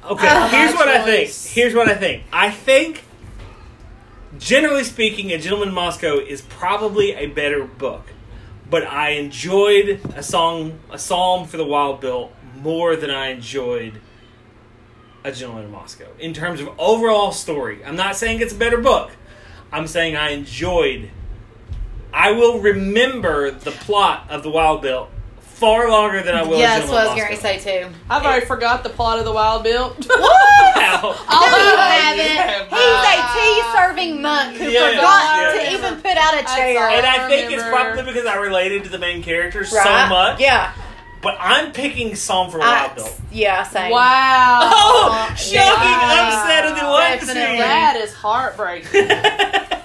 [SPEAKER 2] Okay,
[SPEAKER 1] Uh,
[SPEAKER 2] here's what I think.
[SPEAKER 1] choice.
[SPEAKER 2] Here's what I think. I think, generally speaking, A Gentleman in Moscow is probably a better book, but I enjoyed a song, a psalm for the Wild Bill more than I enjoyed A Gentleman in Moscow in terms of overall story. I'm not saying it's a better book. I'm saying I enjoyed. I will remember the plot of the Wild Bill far longer than I will.
[SPEAKER 3] yeah,
[SPEAKER 2] at
[SPEAKER 3] that's what I was
[SPEAKER 2] General
[SPEAKER 3] going to say too.
[SPEAKER 1] I've already forgot the plot of the Wild Bill.
[SPEAKER 2] Moscow. Wow.
[SPEAKER 3] No,
[SPEAKER 1] I'll-
[SPEAKER 3] you
[SPEAKER 1] I
[SPEAKER 3] haven't.
[SPEAKER 2] have.
[SPEAKER 1] Ah.
[SPEAKER 3] He's a tea serving monk who
[SPEAKER 2] Yes,
[SPEAKER 3] forgot
[SPEAKER 2] yes.
[SPEAKER 3] to even put out a
[SPEAKER 1] I
[SPEAKER 3] chair.
[SPEAKER 1] saw
[SPEAKER 2] And I,
[SPEAKER 1] I
[SPEAKER 2] think it's
[SPEAKER 1] remember.
[SPEAKER 2] probably because I related to the main characters
[SPEAKER 3] Right?
[SPEAKER 2] so much.
[SPEAKER 3] Yeah.
[SPEAKER 2] But I'm picking Psalm for Wild Bill.
[SPEAKER 3] I, yeah, same.
[SPEAKER 1] Wow.
[SPEAKER 2] Oh, shocking
[SPEAKER 3] yeah.
[SPEAKER 2] upset of the one
[SPEAKER 3] Definitely.
[SPEAKER 1] That is heartbreaking.
[SPEAKER 2] seed.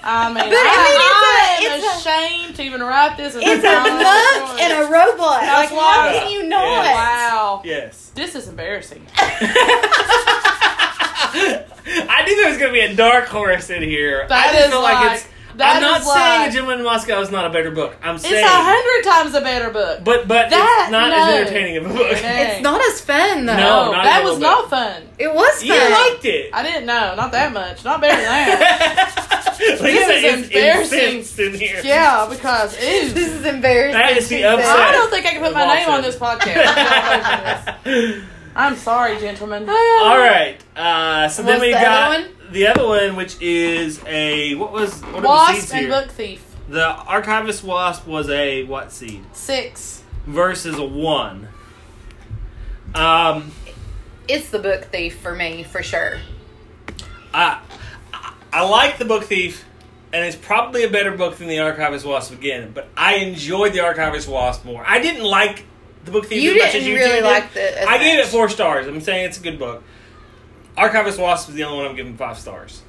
[SPEAKER 1] I mean,
[SPEAKER 3] But I
[SPEAKER 1] I,
[SPEAKER 3] mean,
[SPEAKER 1] I
[SPEAKER 3] it's a-
[SPEAKER 1] am ashamed to even write this. as
[SPEAKER 3] It's
[SPEAKER 1] a
[SPEAKER 3] a monk and a robot.
[SPEAKER 1] That's
[SPEAKER 3] like, how
[SPEAKER 1] why-
[SPEAKER 3] can you not?
[SPEAKER 1] Wow.
[SPEAKER 2] yes.
[SPEAKER 1] This is embarrassing.
[SPEAKER 2] I knew there was going to be a dark horse in here. I
[SPEAKER 1] That
[SPEAKER 2] just
[SPEAKER 1] is
[SPEAKER 2] feel
[SPEAKER 1] like-
[SPEAKER 2] like it's.
[SPEAKER 1] that
[SPEAKER 2] I'm not
[SPEAKER 1] is
[SPEAKER 2] saying
[SPEAKER 1] like-
[SPEAKER 2] A Gentleman in Moscow is not a better book. I'm
[SPEAKER 1] It's a
[SPEAKER 2] saying,
[SPEAKER 1] hundred times a better book.
[SPEAKER 2] but but
[SPEAKER 1] That-
[SPEAKER 2] it's not
[SPEAKER 1] no.
[SPEAKER 2] as entertaining of a book.
[SPEAKER 1] No.
[SPEAKER 3] It's not as fun though.
[SPEAKER 2] No. not
[SPEAKER 1] that
[SPEAKER 2] a
[SPEAKER 1] was
[SPEAKER 2] little
[SPEAKER 1] not fun.
[SPEAKER 3] It was fun.
[SPEAKER 2] You liked it.
[SPEAKER 1] I didn't know. Not that much. Not better than that.
[SPEAKER 2] this
[SPEAKER 1] This is embarrassing.
[SPEAKER 2] In here.
[SPEAKER 1] yeah, because ew.
[SPEAKER 3] this is embarrassing.
[SPEAKER 2] That is the
[SPEAKER 3] she
[SPEAKER 2] upset.
[SPEAKER 3] said.
[SPEAKER 1] I don't think I can put my name on this podcast. I'm sorry, gentlemen.
[SPEAKER 2] All right. Uh, so then
[SPEAKER 3] What's
[SPEAKER 2] we
[SPEAKER 3] the other
[SPEAKER 2] got
[SPEAKER 3] one?
[SPEAKER 2] the other one, which is a what was what are the
[SPEAKER 1] Wasp
[SPEAKER 2] seeds
[SPEAKER 1] and
[SPEAKER 2] here?
[SPEAKER 1] Book Thief.
[SPEAKER 2] The archivist wasp was a what seed
[SPEAKER 1] Six.
[SPEAKER 2] versus a one. Um,
[SPEAKER 3] It's the book thief for me for sure.
[SPEAKER 2] I, I I like the book thief, and it's probably a better book than the archivist wasp again. But I enjoyed the archivist wasp more. I didn't like the book thief
[SPEAKER 3] You
[SPEAKER 2] as much as
[SPEAKER 3] didn't
[SPEAKER 2] you two
[SPEAKER 3] really
[SPEAKER 2] did.
[SPEAKER 3] like the. as
[SPEAKER 2] I gave it
[SPEAKER 3] much.
[SPEAKER 2] four stars. I'm saying it's a good book. Archivist Wasp is the only one I'm giving five stars.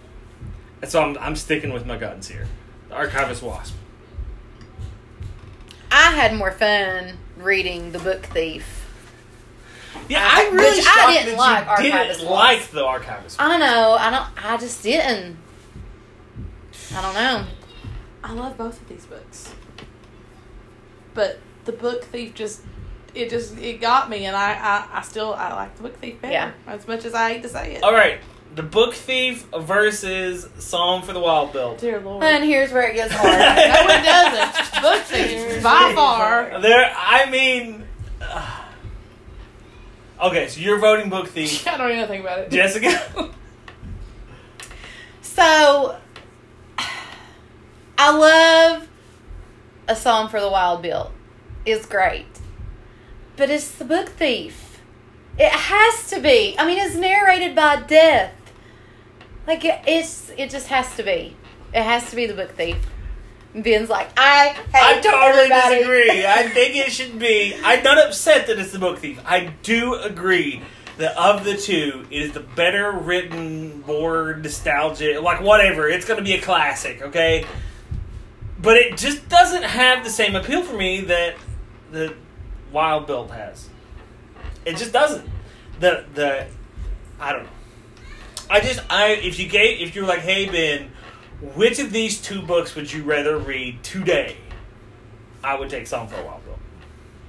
[SPEAKER 2] And so I'm, I'm sticking with my guns here. The Archivist Wasp.
[SPEAKER 3] I had more fun reading the book thief.
[SPEAKER 2] Yeah,
[SPEAKER 3] I-
[SPEAKER 2] I'm really
[SPEAKER 3] Uh, which I
[SPEAKER 2] shocked
[SPEAKER 3] didn't
[SPEAKER 2] that
[SPEAKER 3] like
[SPEAKER 2] you
[SPEAKER 3] Archivist
[SPEAKER 2] didn't
[SPEAKER 3] Wasp.
[SPEAKER 2] like the Archivist Wasp.
[SPEAKER 3] I know. I don't. I just didn't. I don't know.
[SPEAKER 1] I love both of these books. But the book thief just it just it got me and I I, I still I like the book thief better.
[SPEAKER 3] Yeah.
[SPEAKER 1] As much as I hate to say
[SPEAKER 3] Uh,
[SPEAKER 1] it.
[SPEAKER 2] All right, The Book Thief versus Psalm for the Wild Bill.
[SPEAKER 1] Dear Lord.
[SPEAKER 3] And here's where it gets hard.
[SPEAKER 1] No, it doesn't. Book thief by far.
[SPEAKER 2] There, I mean. uh, okay, so you're voting Book Thief.
[SPEAKER 1] I don't even think about it.
[SPEAKER 2] Jessica?
[SPEAKER 3] so, I love a song for the Wild Bill. It's great, but it's the book thief. It has to be. I mean, it's narrated by death. Like it, it's it just has to be. It has to be the book thief. Ben's like I. Hate
[SPEAKER 2] I totally
[SPEAKER 3] everybody."
[SPEAKER 2] disagree. I think it should be. I'm not upset that it's the book thief. I do agree that of the two, it is the better written, more nostalgic, like whatever. It's going to be a classic, okay? But it just doesn't have the same appeal for me that the Wild Build has. It just doesn't. The the I don't know. I just I if you gave if you were like, hey Ben, which of these two books would you rather read today? I would take Song for a Wild Bill.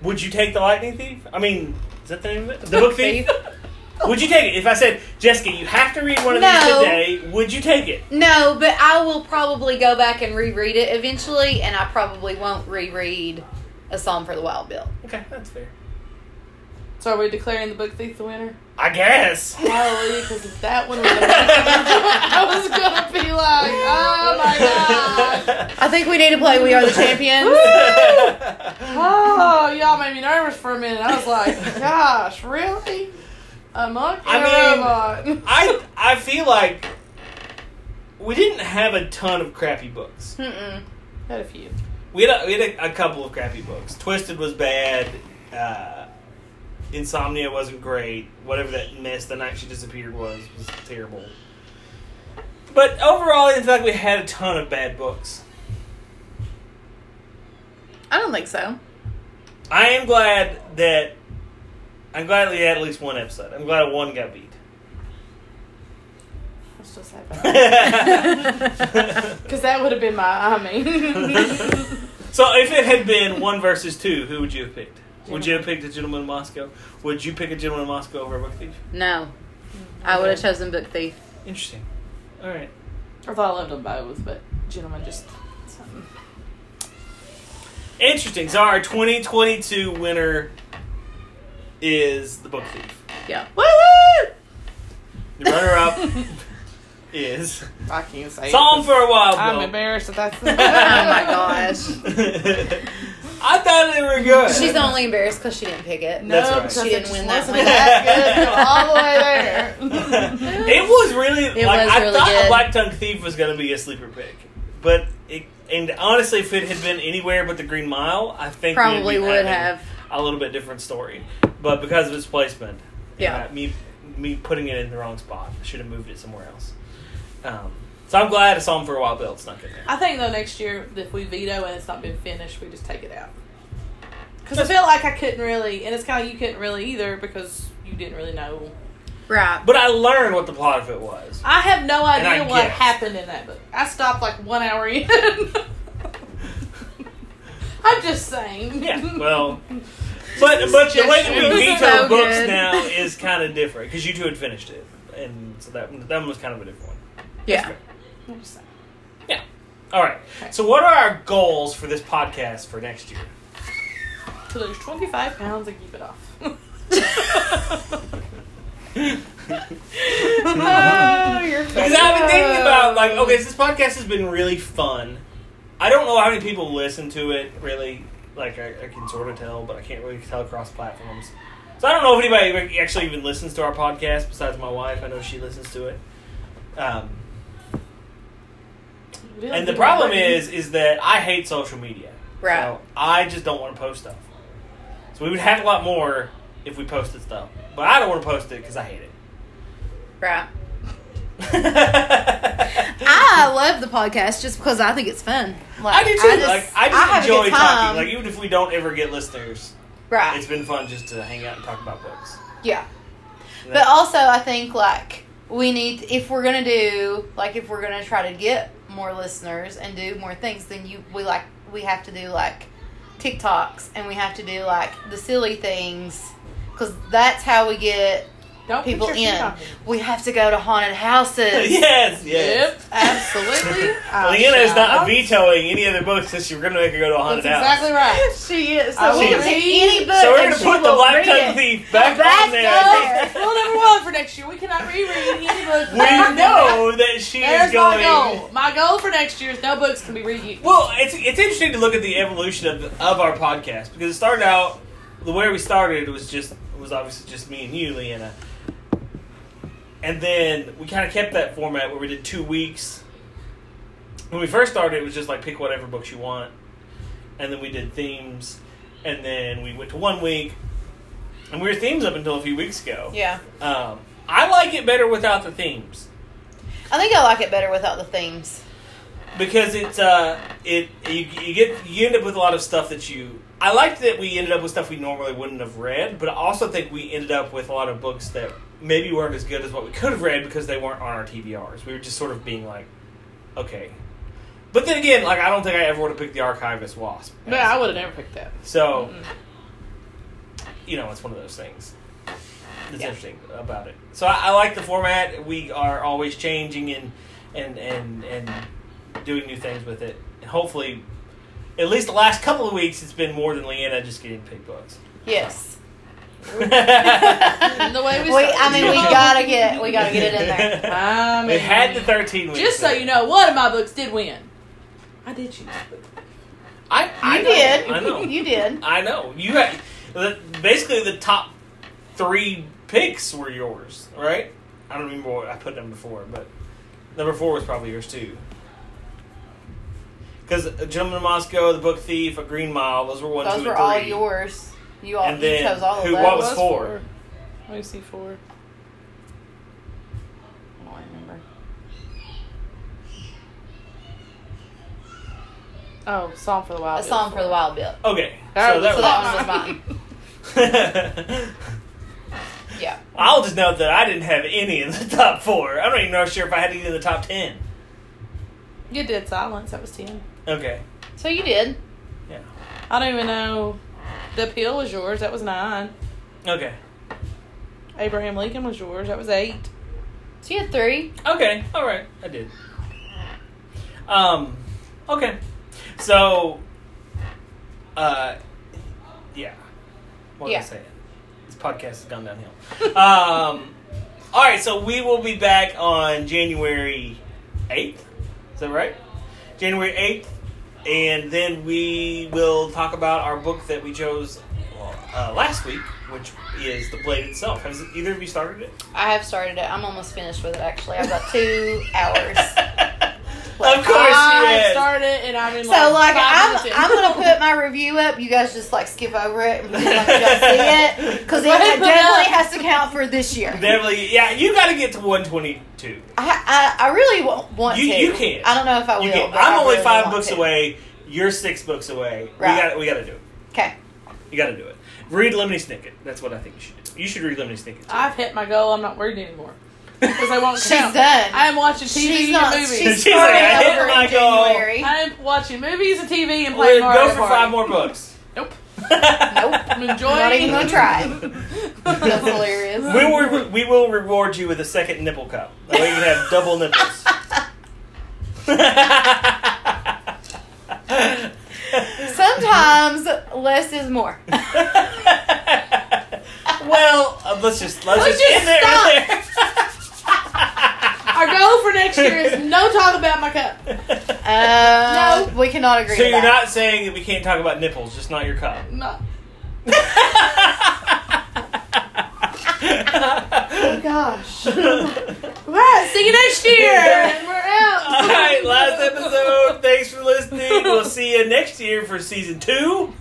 [SPEAKER 2] Would you take The Lightning Thief? I mean, is that the name of it? The Book Thief? would you take it? If I said, Jessica, you have to read one of these
[SPEAKER 3] No.
[SPEAKER 2] today, would you take it?
[SPEAKER 3] No, but I will probably go back and reread it eventually, and I probably won't reread A Psalm for the Wild Bill.
[SPEAKER 2] Okay, that's fair.
[SPEAKER 1] So are we declaring the book thief the winner?
[SPEAKER 2] I guess.
[SPEAKER 1] Hallelujah, because if that one was the I was gonna be like, oh my god.
[SPEAKER 3] I think we need to play We Are the Champions.
[SPEAKER 1] Oh, y'all made me nervous for a minute. I was like, gosh, really? A monkey
[SPEAKER 2] I
[SPEAKER 1] and a
[SPEAKER 2] mean,
[SPEAKER 1] robot.
[SPEAKER 2] I I feel like we didn't have a ton of crappy books.
[SPEAKER 3] Mm-mm.
[SPEAKER 1] Had a few.
[SPEAKER 2] We had a, we had a, a couple of crappy books. Twisted was bad. Uh, Insomnia wasn't great. Whatever that mess the night she disappeared was was terrible. But overall, I didn't feel like we had a ton of bad books.
[SPEAKER 3] I don't think so.
[SPEAKER 2] I am glad that I'm glad we had at least one episode. I'm glad one got beat.
[SPEAKER 1] Let's just have that. Because that would have been my, I mean.
[SPEAKER 2] so if it had been one versus two, who would you have picked? Would you have picked a gentleman in Moscow? Would you pick a gentleman in Moscow over a book thief?
[SPEAKER 3] No. I would have chosen Book Thief.
[SPEAKER 2] Interesting. All right.
[SPEAKER 1] I thought I loved them both, but gentlemen, just something.
[SPEAKER 2] Interesting. So our 2022 winner is the book thief.
[SPEAKER 3] Yeah.
[SPEAKER 1] Woo woo!
[SPEAKER 2] The runner-up is
[SPEAKER 1] I can't say
[SPEAKER 2] Psalm
[SPEAKER 1] it.
[SPEAKER 2] for a Wild
[SPEAKER 1] I'm
[SPEAKER 2] Bill.
[SPEAKER 1] embarrassed that that's.
[SPEAKER 3] Oh my gosh.
[SPEAKER 2] I thought they were good.
[SPEAKER 3] She's only embarrassed because she didn't pick it.
[SPEAKER 2] No. That's right.
[SPEAKER 1] because
[SPEAKER 3] She
[SPEAKER 1] it
[SPEAKER 3] didn't
[SPEAKER 1] just
[SPEAKER 3] win that
[SPEAKER 1] wasn't
[SPEAKER 2] one.
[SPEAKER 1] that good. All the way there.
[SPEAKER 2] it was really
[SPEAKER 3] It
[SPEAKER 2] like
[SPEAKER 3] was
[SPEAKER 2] I
[SPEAKER 3] really
[SPEAKER 2] thought
[SPEAKER 3] good.
[SPEAKER 2] Black Tongue Thief was gonna be a sleeper pick, but it, and honestly, if it had been anywhere but the Green Mile, I think we'd
[SPEAKER 3] Probably
[SPEAKER 2] be
[SPEAKER 3] would
[SPEAKER 2] having
[SPEAKER 3] have.
[SPEAKER 2] a little bit different story. But because of its placement,
[SPEAKER 3] Yeah.
[SPEAKER 2] uh, me me putting it in the wrong spot, I should have moved it somewhere else. Um, so I'm glad I saw him for a while. Bill snuck in there.
[SPEAKER 1] I think though next year if we veto and it's not been finished, we just take it out. Because I feel like I couldn't really, and it's kind of you couldn't really either because you didn't really know.
[SPEAKER 3] Right.
[SPEAKER 2] But I learned what the plot of it was.
[SPEAKER 1] I have no
[SPEAKER 2] And I
[SPEAKER 1] idea what
[SPEAKER 2] guess.
[SPEAKER 1] happened in that book. I stopped like one hour in. I'm just saying.
[SPEAKER 2] Yeah, well, but but the way that we
[SPEAKER 3] Suggestions.
[SPEAKER 2] veto
[SPEAKER 3] So
[SPEAKER 2] books
[SPEAKER 3] good.
[SPEAKER 2] now is kind of different because you two had finished it, and so that one- that one was kind of a different one.
[SPEAKER 3] Yeah.
[SPEAKER 1] I'm just saying.
[SPEAKER 2] All right.
[SPEAKER 1] Okay.
[SPEAKER 2] So what are our goals for this podcast for next year?
[SPEAKER 1] To lose 25 pounds and keep it off.
[SPEAKER 3] Oh, you're
[SPEAKER 2] Because I've been thinking about like, okay, so this podcast has been really fun. I don't know how many people listen to it really. Like I, I can sort of tell, but I can't really tell across platforms. So I don't know if anybody actually even listens to our podcast besides my wife. I know she listens to it. Um, and the problem is, is that I hate social media.
[SPEAKER 3] Right.
[SPEAKER 2] So I just don't want to post stuff. So we would have a lot more if we posted stuff, but I don't want to post it because I hate it.
[SPEAKER 3] Right.
[SPEAKER 2] I,
[SPEAKER 3] I love the podcast just because I think it's fun. Like,
[SPEAKER 2] do too.
[SPEAKER 3] I just,
[SPEAKER 2] like I just
[SPEAKER 3] I have a
[SPEAKER 2] enjoy
[SPEAKER 3] good time.
[SPEAKER 2] talking. Like even if we don't ever get listeners,
[SPEAKER 3] right.
[SPEAKER 2] it's been fun just to hang out and talk about books.
[SPEAKER 3] Yeah.
[SPEAKER 2] And
[SPEAKER 3] But
[SPEAKER 2] that-
[SPEAKER 3] also, I think like we need if we're gonna do like if we're gonna try to get more listeners and do more things, then you we like we have to do like TikToks and we have to do like the silly things because that's how we get
[SPEAKER 1] Don't put
[SPEAKER 3] people
[SPEAKER 1] your feet
[SPEAKER 3] in.
[SPEAKER 1] on me.
[SPEAKER 3] We have to go to haunted houses.
[SPEAKER 2] yes, yes.
[SPEAKER 1] Yep, absolutely. I
[SPEAKER 3] Oh,
[SPEAKER 2] Lena is
[SPEAKER 1] shall.
[SPEAKER 2] not vetoing any other books since you're going to make her go to a haunted
[SPEAKER 1] That's
[SPEAKER 2] house.
[SPEAKER 1] exactly right.
[SPEAKER 3] she is.
[SPEAKER 1] I
[SPEAKER 3] So we
[SPEAKER 1] will
[SPEAKER 3] can pick
[SPEAKER 1] read-
[SPEAKER 3] any book.
[SPEAKER 2] So we're
[SPEAKER 3] and
[SPEAKER 2] gonna
[SPEAKER 3] she
[SPEAKER 2] put the
[SPEAKER 3] will
[SPEAKER 2] black
[SPEAKER 3] read
[SPEAKER 2] tongue
[SPEAKER 3] it.
[SPEAKER 2] thief back,
[SPEAKER 3] Back
[SPEAKER 2] on there.
[SPEAKER 3] there.
[SPEAKER 1] Rule number one for next year. We cannot reread any book.
[SPEAKER 2] We know that she
[SPEAKER 1] There's
[SPEAKER 2] is going.
[SPEAKER 1] my goal. My goal for next year is no books can be reused.
[SPEAKER 2] Well, it's it's interesting to look at the evolution of of our podcast because it started out the way we started was just was obviously just me and you, Leanna, and then we kind of kept that format where we did two weeks. When we first started, it was just like pick whatever books you want, and then we did themes, and then we went to one week, and we were themes up until a few weeks ago.
[SPEAKER 3] Yeah,
[SPEAKER 2] Um, I like it better without the themes.
[SPEAKER 3] I think I like it better without the themes.
[SPEAKER 2] because it's uh it you, you get you end up with a lot of stuff that you I liked that we ended up with stuff we normally wouldn't have read, but I also think we ended up with a lot of books that maybe weren't as good as what we could have read because they weren't on our TBRs. We were just sort of being like, okay. But then again, like I don't think I ever would have picked the Archivist Wasp.
[SPEAKER 1] Yeah, I would have never picked that.
[SPEAKER 2] So, you know, it's one of those things. That's
[SPEAKER 3] Yeah.
[SPEAKER 2] interesting about it. So I, I like the format. We are always changing and and and and doing new things with it. And hopefully, at least the last couple of weeks, it's been more than Leanna just getting pig books.
[SPEAKER 3] Yes.
[SPEAKER 1] The way we,
[SPEAKER 3] We,
[SPEAKER 1] started.
[SPEAKER 3] I mean, we gotta get, we gotta get it in there.
[SPEAKER 1] I mean,
[SPEAKER 2] It had the thirteen weeks.
[SPEAKER 1] just so you know, one of my books did win. I did choose. that book.
[SPEAKER 2] I, I
[SPEAKER 3] You
[SPEAKER 2] know,
[SPEAKER 3] did.
[SPEAKER 2] I know.
[SPEAKER 3] You did.
[SPEAKER 2] I know. You had the- basically the top three picks were yours, right? I don't remember what I put number four, but number four was probably yours too. Because Gentleman of Moscow, The Book Thief, A Green Mile, those were one, two,
[SPEAKER 3] Those
[SPEAKER 2] and
[SPEAKER 3] were all
[SPEAKER 2] three.
[SPEAKER 3] yours. You all
[SPEAKER 2] And then
[SPEAKER 3] you chose all
[SPEAKER 2] who-
[SPEAKER 3] of those.
[SPEAKER 2] what was four?
[SPEAKER 1] Let me see four.
[SPEAKER 3] I don't remember.
[SPEAKER 1] Oh, Song for the Wild.
[SPEAKER 3] A song for the wild bill.
[SPEAKER 2] Okay,
[SPEAKER 1] That
[SPEAKER 2] so
[SPEAKER 1] was-
[SPEAKER 2] that
[SPEAKER 3] So that one was mine.
[SPEAKER 2] was.
[SPEAKER 3] Yeah.
[SPEAKER 2] I'll just note that I didn't have any in the top four. I don't even know sure if I had any in the top ten.
[SPEAKER 1] You did Silence. That was ten.
[SPEAKER 2] Okay,
[SPEAKER 3] So you did.
[SPEAKER 2] yeah,
[SPEAKER 1] I don't even know. The Appeal was yours. That was nine.
[SPEAKER 2] okay,
[SPEAKER 1] Abraham Lincoln was yours. That was eight.
[SPEAKER 3] So you had three.
[SPEAKER 2] Okay, all right, I did. Um, okay, so, uh, yeah, what
[SPEAKER 3] Yeah.
[SPEAKER 2] was I saying? This podcast has gone downhill. um, all right, so we will be back on January eighth. Is that right? January eighth and then we will talk about our book that we chose uh, last week, which is The Blade itself. Has either of you started it?
[SPEAKER 3] I have started it. I'm almost finished with it. Actually, I've got two hours.
[SPEAKER 2] Of course
[SPEAKER 1] I
[SPEAKER 3] "Ah,
[SPEAKER 2] she is.
[SPEAKER 1] started and I'm in
[SPEAKER 3] So
[SPEAKER 1] like,
[SPEAKER 3] like I'm,
[SPEAKER 1] five minutes in.
[SPEAKER 3] I'm gonna put my review up. You guys just like skip over it and pretend like you don't see it because it
[SPEAKER 1] Go ahead, put it
[SPEAKER 3] definitely
[SPEAKER 1] up.
[SPEAKER 3] has to count for this year.
[SPEAKER 2] Definitely, yeah. You got to get to 122.
[SPEAKER 3] I, I, I really won't want
[SPEAKER 2] You-
[SPEAKER 3] to.
[SPEAKER 2] you can.
[SPEAKER 3] I don't know if I will.
[SPEAKER 2] You can.
[SPEAKER 3] Oh, but I
[SPEAKER 2] I'm only
[SPEAKER 3] really
[SPEAKER 2] five
[SPEAKER 3] want
[SPEAKER 2] books
[SPEAKER 3] to.
[SPEAKER 2] away. You're six books away.
[SPEAKER 3] Right.
[SPEAKER 2] We got. We got to do it.
[SPEAKER 3] Okay.
[SPEAKER 2] You got to do it. Read Lemony Snicket. That's what I think you should do. You should read Lemony Snicket. Too.
[SPEAKER 1] I've hit my goal. I'm not worried anymore because I won't
[SPEAKER 3] She's
[SPEAKER 1] count.
[SPEAKER 3] done.
[SPEAKER 1] I am watching TV
[SPEAKER 3] she's
[SPEAKER 1] and
[SPEAKER 3] not.
[SPEAKER 1] movies.
[SPEAKER 3] She's,
[SPEAKER 2] She's like,
[SPEAKER 3] starting
[SPEAKER 2] I hit
[SPEAKER 3] over in
[SPEAKER 2] my goal.
[SPEAKER 3] January.
[SPEAKER 1] I am watching movies and TV and
[SPEAKER 2] Well,
[SPEAKER 1] playing Mario
[SPEAKER 2] go for
[SPEAKER 1] Party.
[SPEAKER 2] five more books.
[SPEAKER 1] Nope.
[SPEAKER 3] Nope.
[SPEAKER 1] I'm enjoying.
[SPEAKER 3] Not even gonna try. That's hilarious.
[SPEAKER 2] We will, we will reward you with a second nipple cup. That way you have double nipples.
[SPEAKER 3] Sometimes less is more.
[SPEAKER 2] well, uh, let's just let's,
[SPEAKER 1] Let's
[SPEAKER 2] just,
[SPEAKER 1] just
[SPEAKER 2] end there. right
[SPEAKER 1] Our goal for next year is no talk about my cup.
[SPEAKER 2] there.
[SPEAKER 3] Uh, we cannot agree.
[SPEAKER 2] so
[SPEAKER 3] to
[SPEAKER 2] you're
[SPEAKER 3] that.
[SPEAKER 2] not saying that we can't talk about nipples, just not your cup.
[SPEAKER 1] No.
[SPEAKER 3] Oh gosh.
[SPEAKER 2] All
[SPEAKER 1] Right, see you next year. And we're out.
[SPEAKER 2] right, last episode. Thanks for listening. We'll see you next year for season two,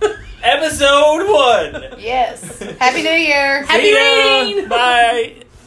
[SPEAKER 2] episode one.
[SPEAKER 3] Yes. Happy New Year.
[SPEAKER 1] Happy
[SPEAKER 2] See ya.
[SPEAKER 1] reading.
[SPEAKER 2] Bye.